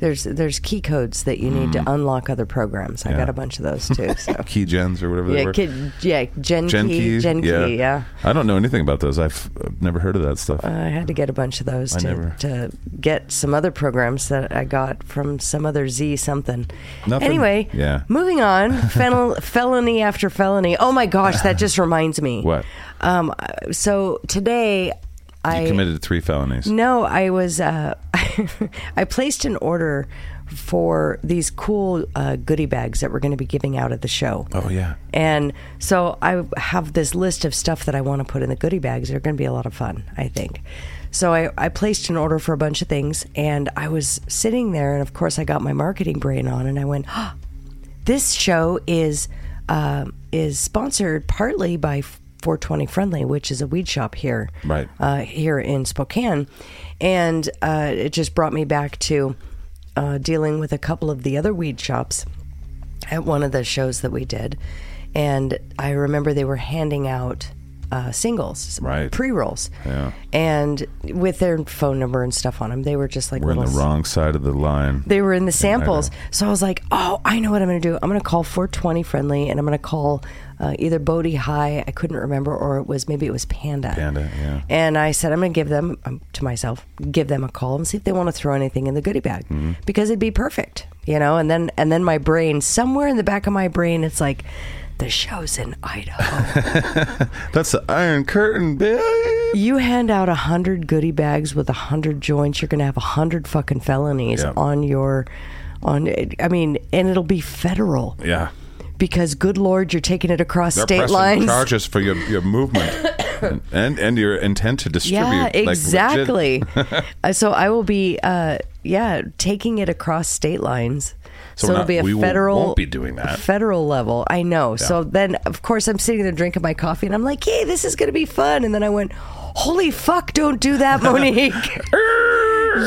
There's there's key codes that you need to unlock other programs. I
Mm. Yeah.
got a bunch of those too. So
key gens or whatever they
yeah,
were.
kid, yeah, Gen, Key, Gen Key, yeah.
I don't know anything about those. I've uh, never heard of that stuff.
I had to get a bunch of those
I
to,
never-
to get some other programs that I got from some other Z something.
Nothing.
Anyway,
Yeah.
moving on, Fel- felony after felony. Oh my gosh, that just reminds me.
What?
Um, so today, I
you committed three felonies.
no, I was. Uh, I placed an order for these cool uh, goodie bags that we're going to be giving out at the show.
Oh yeah.
And so I have this list of stuff that I want to put in the goodie bags. They're going to be a lot of fun, I think. So I, I placed an order for a bunch of things and I was sitting there. And of course, I got my marketing brain on and I went, oh, this show is, uh, is sponsored partly by 420 Friendly, which is a weed shop here
Right.
uh, here in Spokane, and uh, it just brought me back to uh, dealing with a couple of the other weed shops at one of the shows that we did, and I remember they were handing out uh, singles,
Right.
pre rolls,
Yeah.
and with their phone number and stuff on them, they were just like
We're on the
little
wrong side of the line.
they were in the
I know.
samples. So I was like, oh, I know what I'm going to do. I'm going to call 420 Friendly and I'm going to call uh, either Bodie High, I couldn't remember, or it was maybe it was Panda.
Panda, yeah.
And I said, I'm going to give them, um, to myself, give them a call and see if they want to throw anything in the goodie bag
Mm-hmm.
because it'd be perfect, you know? And then, and then my brain, somewhere in the back of my brain, it's like, the show's in Idaho.
That's the Iron Curtain, bitch.
You hand out a hundred goodie bags with a hundred joints, you're gonna have a hundred fucking felonies
Yeah.
on your, on. I mean, and it'll be federal
Yeah.
because, good lord, you're taking it across
They're
state
pressing
lines.
charges for your, your movement and, and and your intent to distribute.
Yeah,
like, legit.
exactly. Uh, so I will be, uh, yeah, taking it across state lines.
So,
so
we're
it'll
not,
be a
we
federal
Won't be doing that.
federal level. I know.
Yeah.
So then, of course, I'm sitting there drinking my coffee, and I'm like, "Yay, this is going to be fun!" And then I went, "Holy fuck! Don't do that, Monique."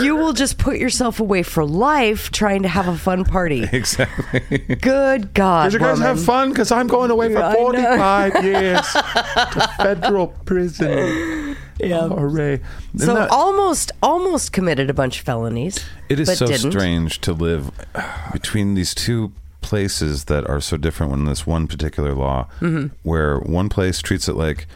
You will just put yourself away for life trying to have a fun party.
Exactly.
Good God.
Did you guys have
woman.
fun? Because I'm going away for
I know.
45 years to federal prison.
Yeah.
Hooray. Isn't
So
that-
almost almost committed a bunch of felonies.
It is
but
so
didn't.
strange
to live between these two places that are so different when this one particular law
Mm-hmm.
Mhm.
where one place treats it like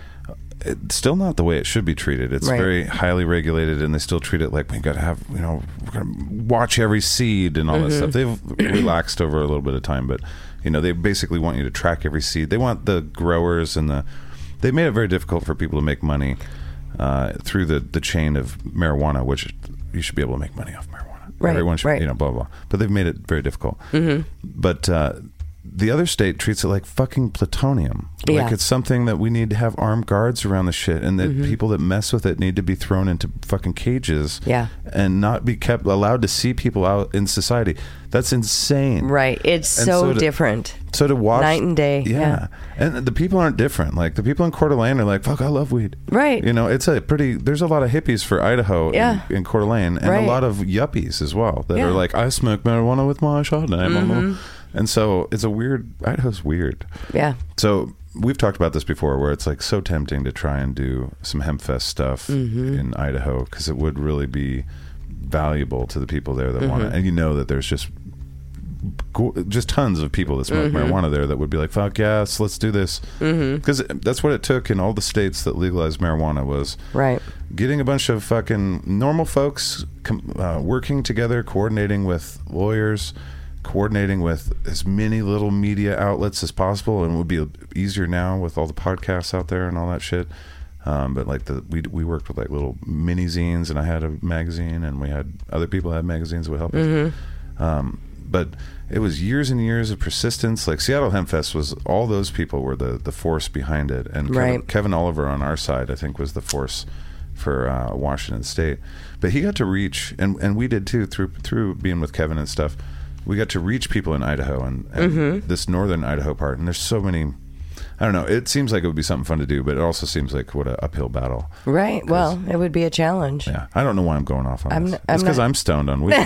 it's still not the way it should be treated it's
Right.
very highly regulated and they still treat it like we gotta have you know we're gonna watch every seed and all that
Mhm.
stuff they've relaxed over a little bit of time but you know they basically want you to track every seed they want the growers and the they made it very difficult for people to make money uh, through the the chain of marijuana which you should be able to make money off marijuana
Right,
Everyone should,
right.
you know, blah, blah. But they've made it very difficult.
Mhm.
But uh, the other state treats it like fucking plutonium.
Yeah.
Like it's something that we need to have armed guards around the shit, and that
Mm-hmm.
Mhm.
people that mess with it need to be thrown into fucking cages.
Yeah.
And not be kept allowed to see people out in society. That's insane.
Right. It's
And
so,
to-
different.
So to watch
Night and day, yeah.
Yeah. And the people aren't different. Like the people in Coeur d'Alene are like, fuck, I love weed.
Right.
You know, it's a pretty, there's a lot of hippies for Idaho
Yeah.
in, in Coeur d'Alene and
Right.
a lot of yuppies as well that
Yeah.
are like, I smoke marijuana with my Chardonnay. blah, blah, blah."
Mhm.
And so it's a weird, Idaho's weird.
Yeah.
So we've talked about this before where it's like so tempting to try and do some Hempfest stuff
Mm-hmm.
in Idaho because it would really be valuable to the people there that want it.
Mhm.
Mm-hmm.
And you know that there's just go- just tons of people that smoke
Mhm.
marijuana there that would be like, "Fuck yes, let's do this," because that's what it took in all the states that legalized marijuana was
right
getting a bunch of fucking normal folks com- uh, working together, coordinating with lawyers, coordinating with as many little media outlets as possible, and it would be easier now with all the podcasts out there and all that shit. Um, but like the we we worked with like little mini zines, and I had a magazine, and we had other people had magazines that would help us.
Mhm.
Um, but it was years and years of persistence. Like Seattle Hempfest was all those people were the the force behind it, and Kevin,
Right.
Kevin Oliver on our side, I think, was the force for uh, Washington State. But he got to reach, and and we did too through through being with Kevin and stuff. We got to reach people in Idaho and, and
Mhm.
this northern Idaho part, and there's so many. I don't know. It seems like it would be something fun to do, but it also seems like what an uphill battle.
Right. Well, it would be a challenge.
Yeah, I don't know why I'm going off on
I'm-
this.
I'm
it's because
not-
I'm stoned on weed.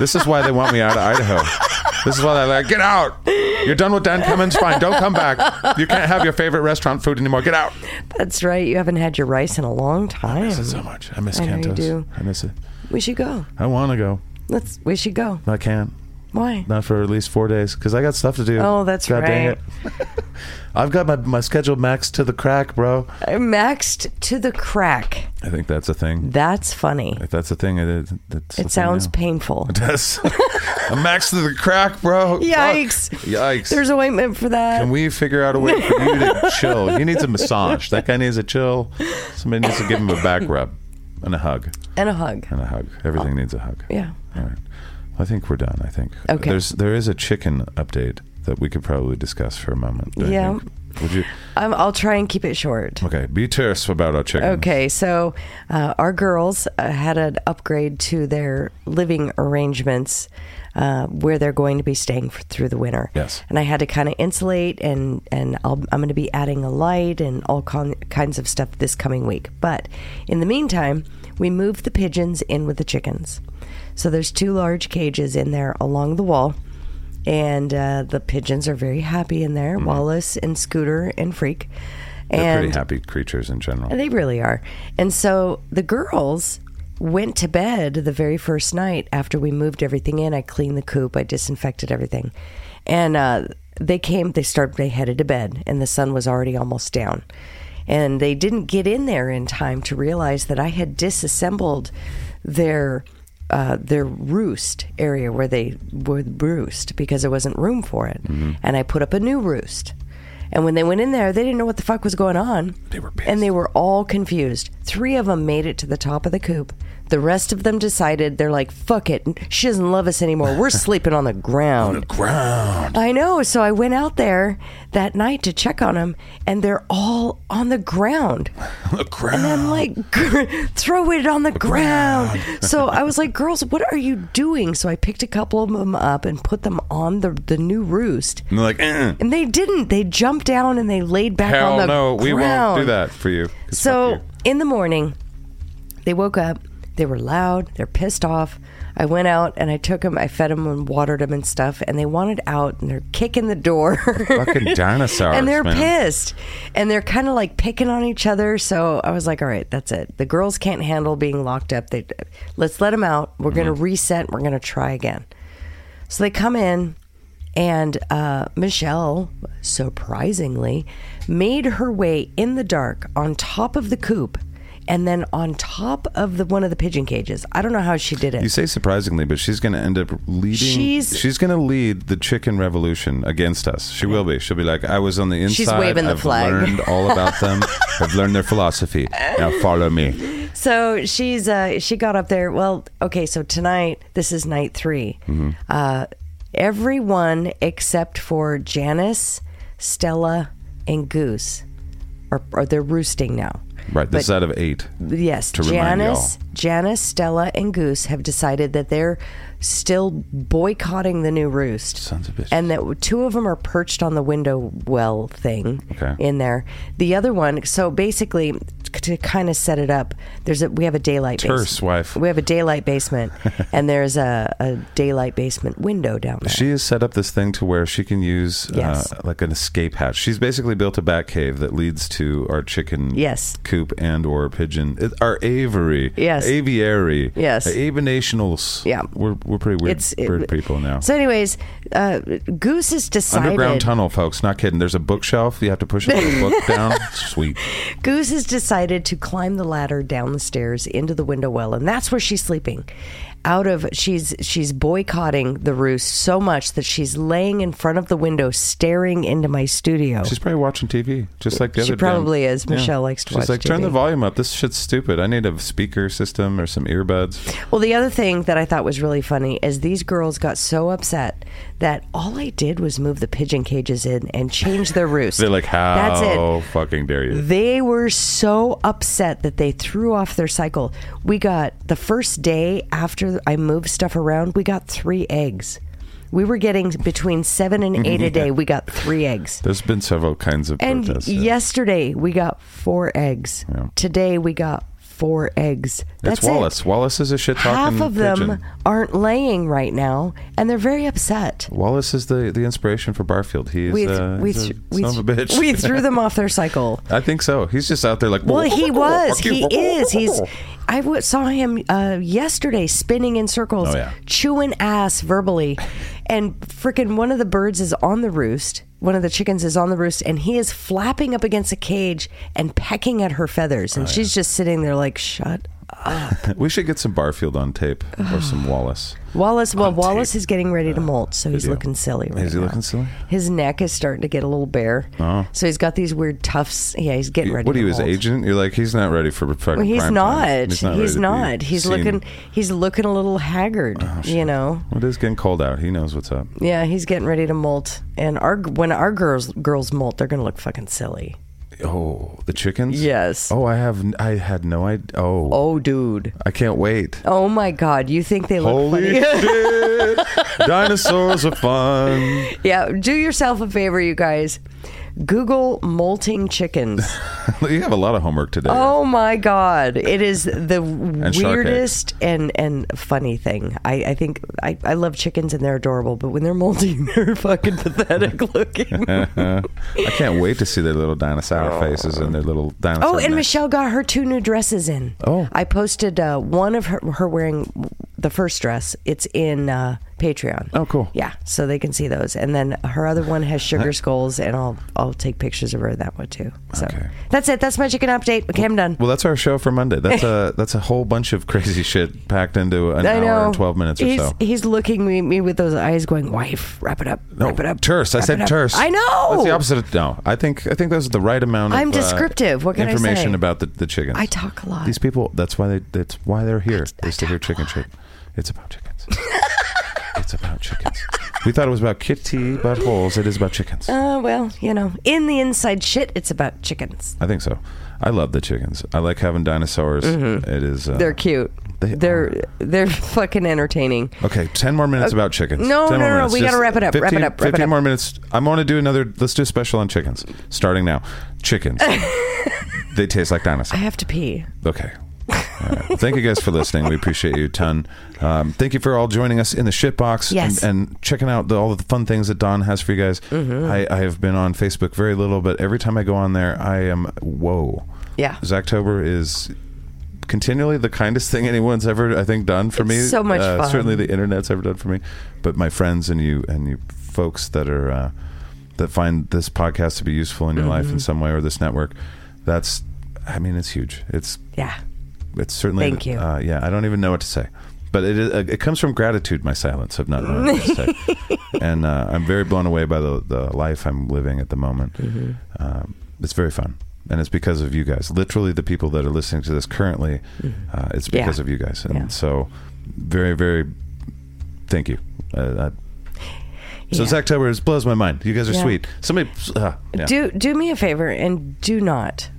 this is why they want me out of Idaho. This is why they're like, get out. You're done with Dan Cummins. Fine, don't come back. You can't have your favorite restaurant food anymore. Get out.
Hmm. That's right. You haven't had your rice in a long time. I miss it
so much. I miss
I know you
Cantos.
do.
I miss it.
We should go.
I want to go.
Let's. We should go.
I can't.
Why?
Not for at least four days because I got stuff to do.
Oh, that's
God Dang
right.
it. I've got my, my schedule maxed to the crack, bro.
I maxed to the crack.
I think that's a thing.
That's funny.
If that's a thing, it is. That's a thing
it sounds
now.
painful.
It does. I'm maxed to the crack, bro. Fuck.
Yikes.
Yikes.
There's ointment for that.
Can we figure out a way for you to chill? He needs a massage. That guy needs a chill. Somebody needs to give him a back rub and a hug.
And a hug.
And a hug. Everything needs a hug.
Yeah.
All right. I think we're done. I think.
Okay.
There's there is a chicken update that we could probably discuss for a moment. don't you
Yeah.
think? Would you?
I'm, I'll try and keep it short.
Okay. Be terse about our chicken.
Okay, so uh, our girls uh, had an upgrade to their living arrangements uh, where they're going to be staying for, through the winter.
Yes.
And I had to kind of insulate, and and I'll, I'm going to be adding a light and all con- kinds of stuff this coming week. But in the meantime, we moved the pigeons in with the chickens. So there's two large cages in there along the wall. And uh, the pigeons are very happy in there. Wallace and Scooter and Freak.
Mm-hmm. They're
and
pretty happy creatures in general.
they really are. And so the girls went to bed the very first night after we moved everything in. I cleaned the coop, I disinfected everything. And uh, they came, they started, they headed to bed, and the sun was already almost down. And they didn't get in there in time to realize that I had disassembled their. Uh, their roost area where they were roost because there wasn't room for it, and I put up a new roost. And when they went in there, they didn't know what the fuck was going on. They were pissed. And they were all confused. Three of them made it to the top of the coop. The rest of them decided they're like, fuck it. She doesn't love us anymore. We're sleeping on the ground.
ground.
I know. So I went out there that night to check on them, and they're all on the ground.
The
And I'm like, throw it on the ground. so I was like, girls, what are you doing? So I picked a couple of them up and put them on the, the new roost.
And they're like, "Uh-uh.
And they didn't. They jumped down and they laid back on
hell
the
no, we won't do
ground.
that for you.
So in the morning, they woke up. They were loud. They're pissed off. I went out and I took them. I fed them and watered them and stuff. And they wanted out and they're kicking the door.
Fucking dinosaurs,
and they're
man.
pissed. And they're kind of like picking on each other. So I was like, all right, that's it. The girls can't handle being locked up. They, let's let them out. We're going to
Mm-hmm.
reset. We're going to try again. So they come in, and uh, Michelle, surprisingly, made her way in the dark on top of the coop and then on top of the one of the pigeon cages. I don't know how she did it.
You say surprisingly, but she's going to end up leading.
She's-
going to lead the chicken revolution against us. She will be. She'll be like, I was on the inside.
She's waving the
I've
flag."
learned all about them. I've learned their philosophy. Now follow me.
so she's uh, she got up there. Well, okay, so tonight this is night 3 Uh, everyone except for Janice, Stella, and Goose are, are they're roosting now.
Right. This is
But-
out of eight.
Yes,
To remind
Janice, Janice, Stella, and Goose have decided that they're still boycotting the new roost.
Sons of bitches.
And that two of them are perched on the window well thing
Okay.
in there. The other one, so basically, to kind of set it up, there's a we have a daylight
Terse
base-
wife.
We have a daylight basement, and there's a, a daylight basement window down there.
She has set up this thing to where she can use
Yes.
uh, like an escape hatch. She's basically built a bat cave that leads to our chicken
Yes.
coop and or pigeon it, our aviary
Yes.
aviary
Yes.
avinationals
Yeah.
we're we're pretty weird
It's- it-
bird people now.
So, anyways, uh, Goose has decided.
Underground tunnel, folks. Not kidding. There's a bookshelf. You have to push a book down. Sweet.
Goose has decided to climb the ladder down the stairs into the window well, and that's where she's sleeping. Out of she's she's boycotting the roost so much that she's laying in front of the window, staring into my studio.
She's probably watching TV, just like the
She
other. damn-
probably is. Michelle likes to
She's
watch
like, turn
TV."
the volume up. This shit's stupid. I need a speaker system or some earbuds.
Well, the other thing that I thought was really funny is these girls got so upset that all I did was move the pigeon cages in and change their roost.
They're like, how
That's it.
fucking dare you?
They were so upset that they threw off their cycle. We got the first day after I moved stuff around, we got three eggs. We were getting between seven and eight a day. We got three eggs.
There's been several kinds of
And
protests.
yesterday we got four eggs. Today we got four eggs. That's
it's Wallace. Wallace is a shit
It. Half
talking
of them
pigeon.
aren't laying right now, and they're very upset.
Wallace is the, the inspiration for Barfield. He's,
we
uh,
we,
he's a
th- we,
son of a
th-
bitch.
we threw them off their cycle.
I think so. He's just out there like.
Well, he was.
Oh,
He is. He's. I w- saw him uh, yesterday spinning in circles,
Oh, yeah.
chewing ass verbally, and frickin' one of the birds is on the roost. One of the chickens is on the roost, and he is flapping up against a cage and pecking at her feathers,
Oh,
and she's just sitting there like, "Shut."
we should get some Barfield on tape or some Wallace.
Wallace. Well, Wallace is getting ready to molt, so he's
video.
looking silly right
Is he
now.
looking silly?
His neck is starting to get a little bare,
Oh.
so he's got these weird tufts. Yeah, he's getting ready.
What
to
he was
molt.
agent? You're like he's not ready for fucking.
Well, he's,
prime
not.
time.
he's
ready to be
not. He's
seen. Oh,
looking. He's looking a little haggard. you know.
Well, it is getting cold out. He knows what's up.
Yeah, he's getting ready to molt. And our when our girls girls molt, they're gonna look fucking silly.
Oh, the chickens.
Yes.
Oh, I have. n- I had no idea. Oh.
Oh, dude.
I can't wait.
Oh my god, you think they look
Holy
funny?
shit! Dinosaurs are fun.
yeah. Do yourself a favor, you guys. Google molting chickens.
you have a lot of homework today.
Oh my god, it is the
shark eggs.
weirdest and and funny thing. I I think I I love chickens and they're adorable, but when they're molting, they're fucking pathetic looking.
I can't wait to see their little dinosaur faces and their little dinosaur.
Oh,
necks.
and Michelle got her two new dresses in.
Oh.
I posted uh, one of her, her wearing the first dress. It's in uh, Patreon.
Oh, cool.
Yeah, so they can see those. And then her other one has sugar skulls, and I'll I'll take pictures of her in that one too. So that's it. That's my chicken update. Okay, I'm done.
Well, that's our show for Monday. That's a that's a whole bunch of crazy shit packed into an
I know.
hour and twelve minutes or
he's,
so.
He's looking me, me with those eyes, going, "Wife, wrap it up, wrap it up."
terse. I
wrap it
said
up."
terse.
I know.
That's the opposite. Of, no, I think I think those are the right amount. Of,
I'm
uh,
descriptive. What can I
information
say?
about the, the chickens.
I talk a lot.
These people. That's why they. That's why they're here. They still hear chicken shit. It's about chickens. it's about chickens. We thought it was about kitty buttholes. It is about chickens.
Uh, well, you know, in the inside shit, it's about chickens.
I think so. I love the chickens. I like having dinosaurs.
Mhm.
It is. Uh,
they're cute.
They
They're they're fucking entertaining.
Okay, ten more minutes
Uh,
about chickens.
no,
10 more
no, no,
minutes.
we gotta wrap it up, wrap it
15
up, wrap it
Fifteen
up.
more minutes. I'm going to do another. Let's do a special on chickens starting now. Chickens. they taste like
I
dinosaurs.
have to pee.
Okay. All right. Well, Thank you guys for listening. We appreciate you a ton. Um, thank you for all joining us in the shitbox
Yes.
and, and checking out the, all of the fun things that Don has for you guys.
Mm-hmm.
I, I have been on Facebook very little, but every time I go on there, I am whoa.
Yeah.
Zachtober is continually the kindest thing anyone's ever I think done for me.
so much
uh,
fun.
Certainly the internet's ever done for me, but my friends and you and you folks that are uh, that find this podcast to be useful in your life in
Mhm.
some way or this network. That's I mean it's huge. It's
Yeah.
it's certainly
Thank you.
Uh, yeah, I don't even know what to say. But it, is- it comes from gratitude, my silence of not knowing what to say. and uh, I'm very blown away by the, the life I'm living at the moment.
Mm-hmm.
Um, it's very fun. And it's because of you guys. Literally, the people that are listening to this currently, uh, it's
Mm-hmm. Yeah.
because of you guys. And
Yeah.
so, very, very thank you. Uh, I, so,
Yeah.
Zach Tower is blows my mind. You guys are
Yeah.
sweet. Somebody. Uh, yeah.
Do do me a favor and do not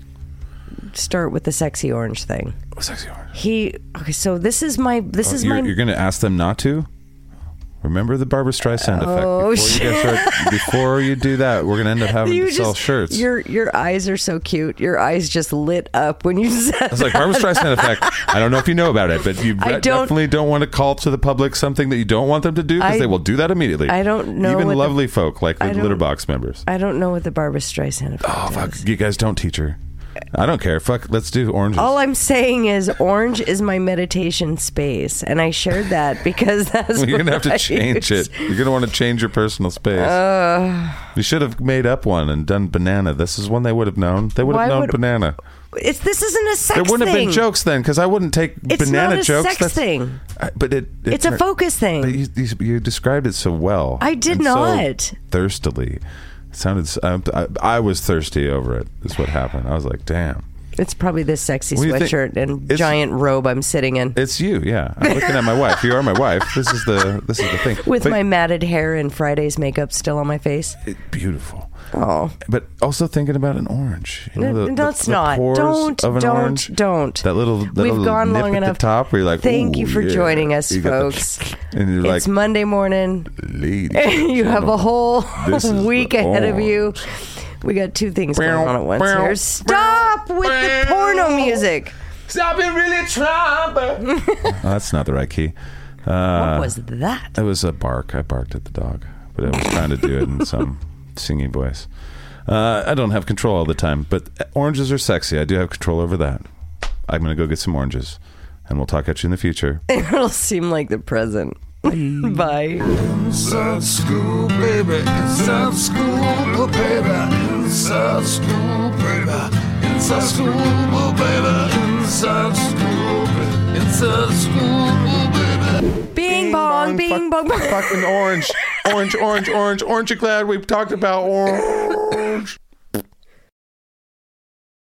start with the sexy orange thing.
Sexy orange.
He okay. So this is my this
Oh,
is
you're,
my
you're going to ask them not to. Remember the Barbara Streisand
Oh,
effect. Before you, guys start, before you do that, we're going to end up having
You
to sell
just-
shirts.
Your your eyes are so cute. Your eyes just lit up when you said.
I was like Barbara Streisand effect. I don't know if you know about it, but you
I
re-
don't-
definitely don't want to call to the public something that you don't want them to do because
I-
they will do that immediately.
I don't know
Even
what the-
lovely folk like the
I don't-
Litterbox members.
I don't know what the Barbara Streisand effect.
Oh fuck! You guys don't teach her. I don't care. Fuck. Let's do oranges.
All I'm saying is, orange is my meditation space, and I shared that because that's.
You're gonna
what
have to
I
change
use.
it. You're gonna want to change your personal space.
Uh,
you should have made up one and done banana. This is one they would have known. They would
Why
have known
would-
banana.
it's this isn't a sex.
there wouldn't have
thing.
been jokes then because I wouldn't take
It's
banana
not a
jokes.
sex thing.
I- but it, it
It's a
tur-
focus thing.
But you, you, you described it so well.
I did
and so
not.
thirstily. It sounded. s- um, I, I, I was thirsty over it. Is what happened. I was like, damn.
It's probably this sexy
What do you think?
sweatshirt and
It's-
giant robe I'm sitting in
It's you. Yeah. I'm looking at my wife. You are my wife. This is the this is the thing.
with
But-
my matted hair and Friday's makeup still on my face.
beautiful.
Oh.
But also thinking about an orange. You know, the,
No,
the-
it's
the
not.
pores
Don't-
of an
don't-
orange.
don't.
That little, that
We've
little
gone
nip
long
at
enough.
The top where you're like,
Thank you
"Ooh,
for
yeah."
joining us,
You got the-
folks.
and you're
it's
like,
Monday morning.
ladies. and
you have a
gentlemen,
whole
this is the
week ahead of you. We got two things going on at once here. Stop with the porno music.
Stop it, really trying, but.
Oh, that's not the right key. Uh,
What was that?
It was a bark. I barked at the dog, but I was trying to do it in some singing voice. Uh, I don't have control all the time, but uh, oranges are sexy. I do have control over that. I'm going to go get some oranges, and we'll talk at you in the future.
It'll seem like the present. Bye.
Inside school, baby. Inside school, oh, baby. Inside school, baby. Inside school, oh, baby. Inside school, baby. Inside school, oh, baby.
Bing bong, bing bong.
Fucking orange, orange, orange, orange, orange. You're glad we've talked about orange.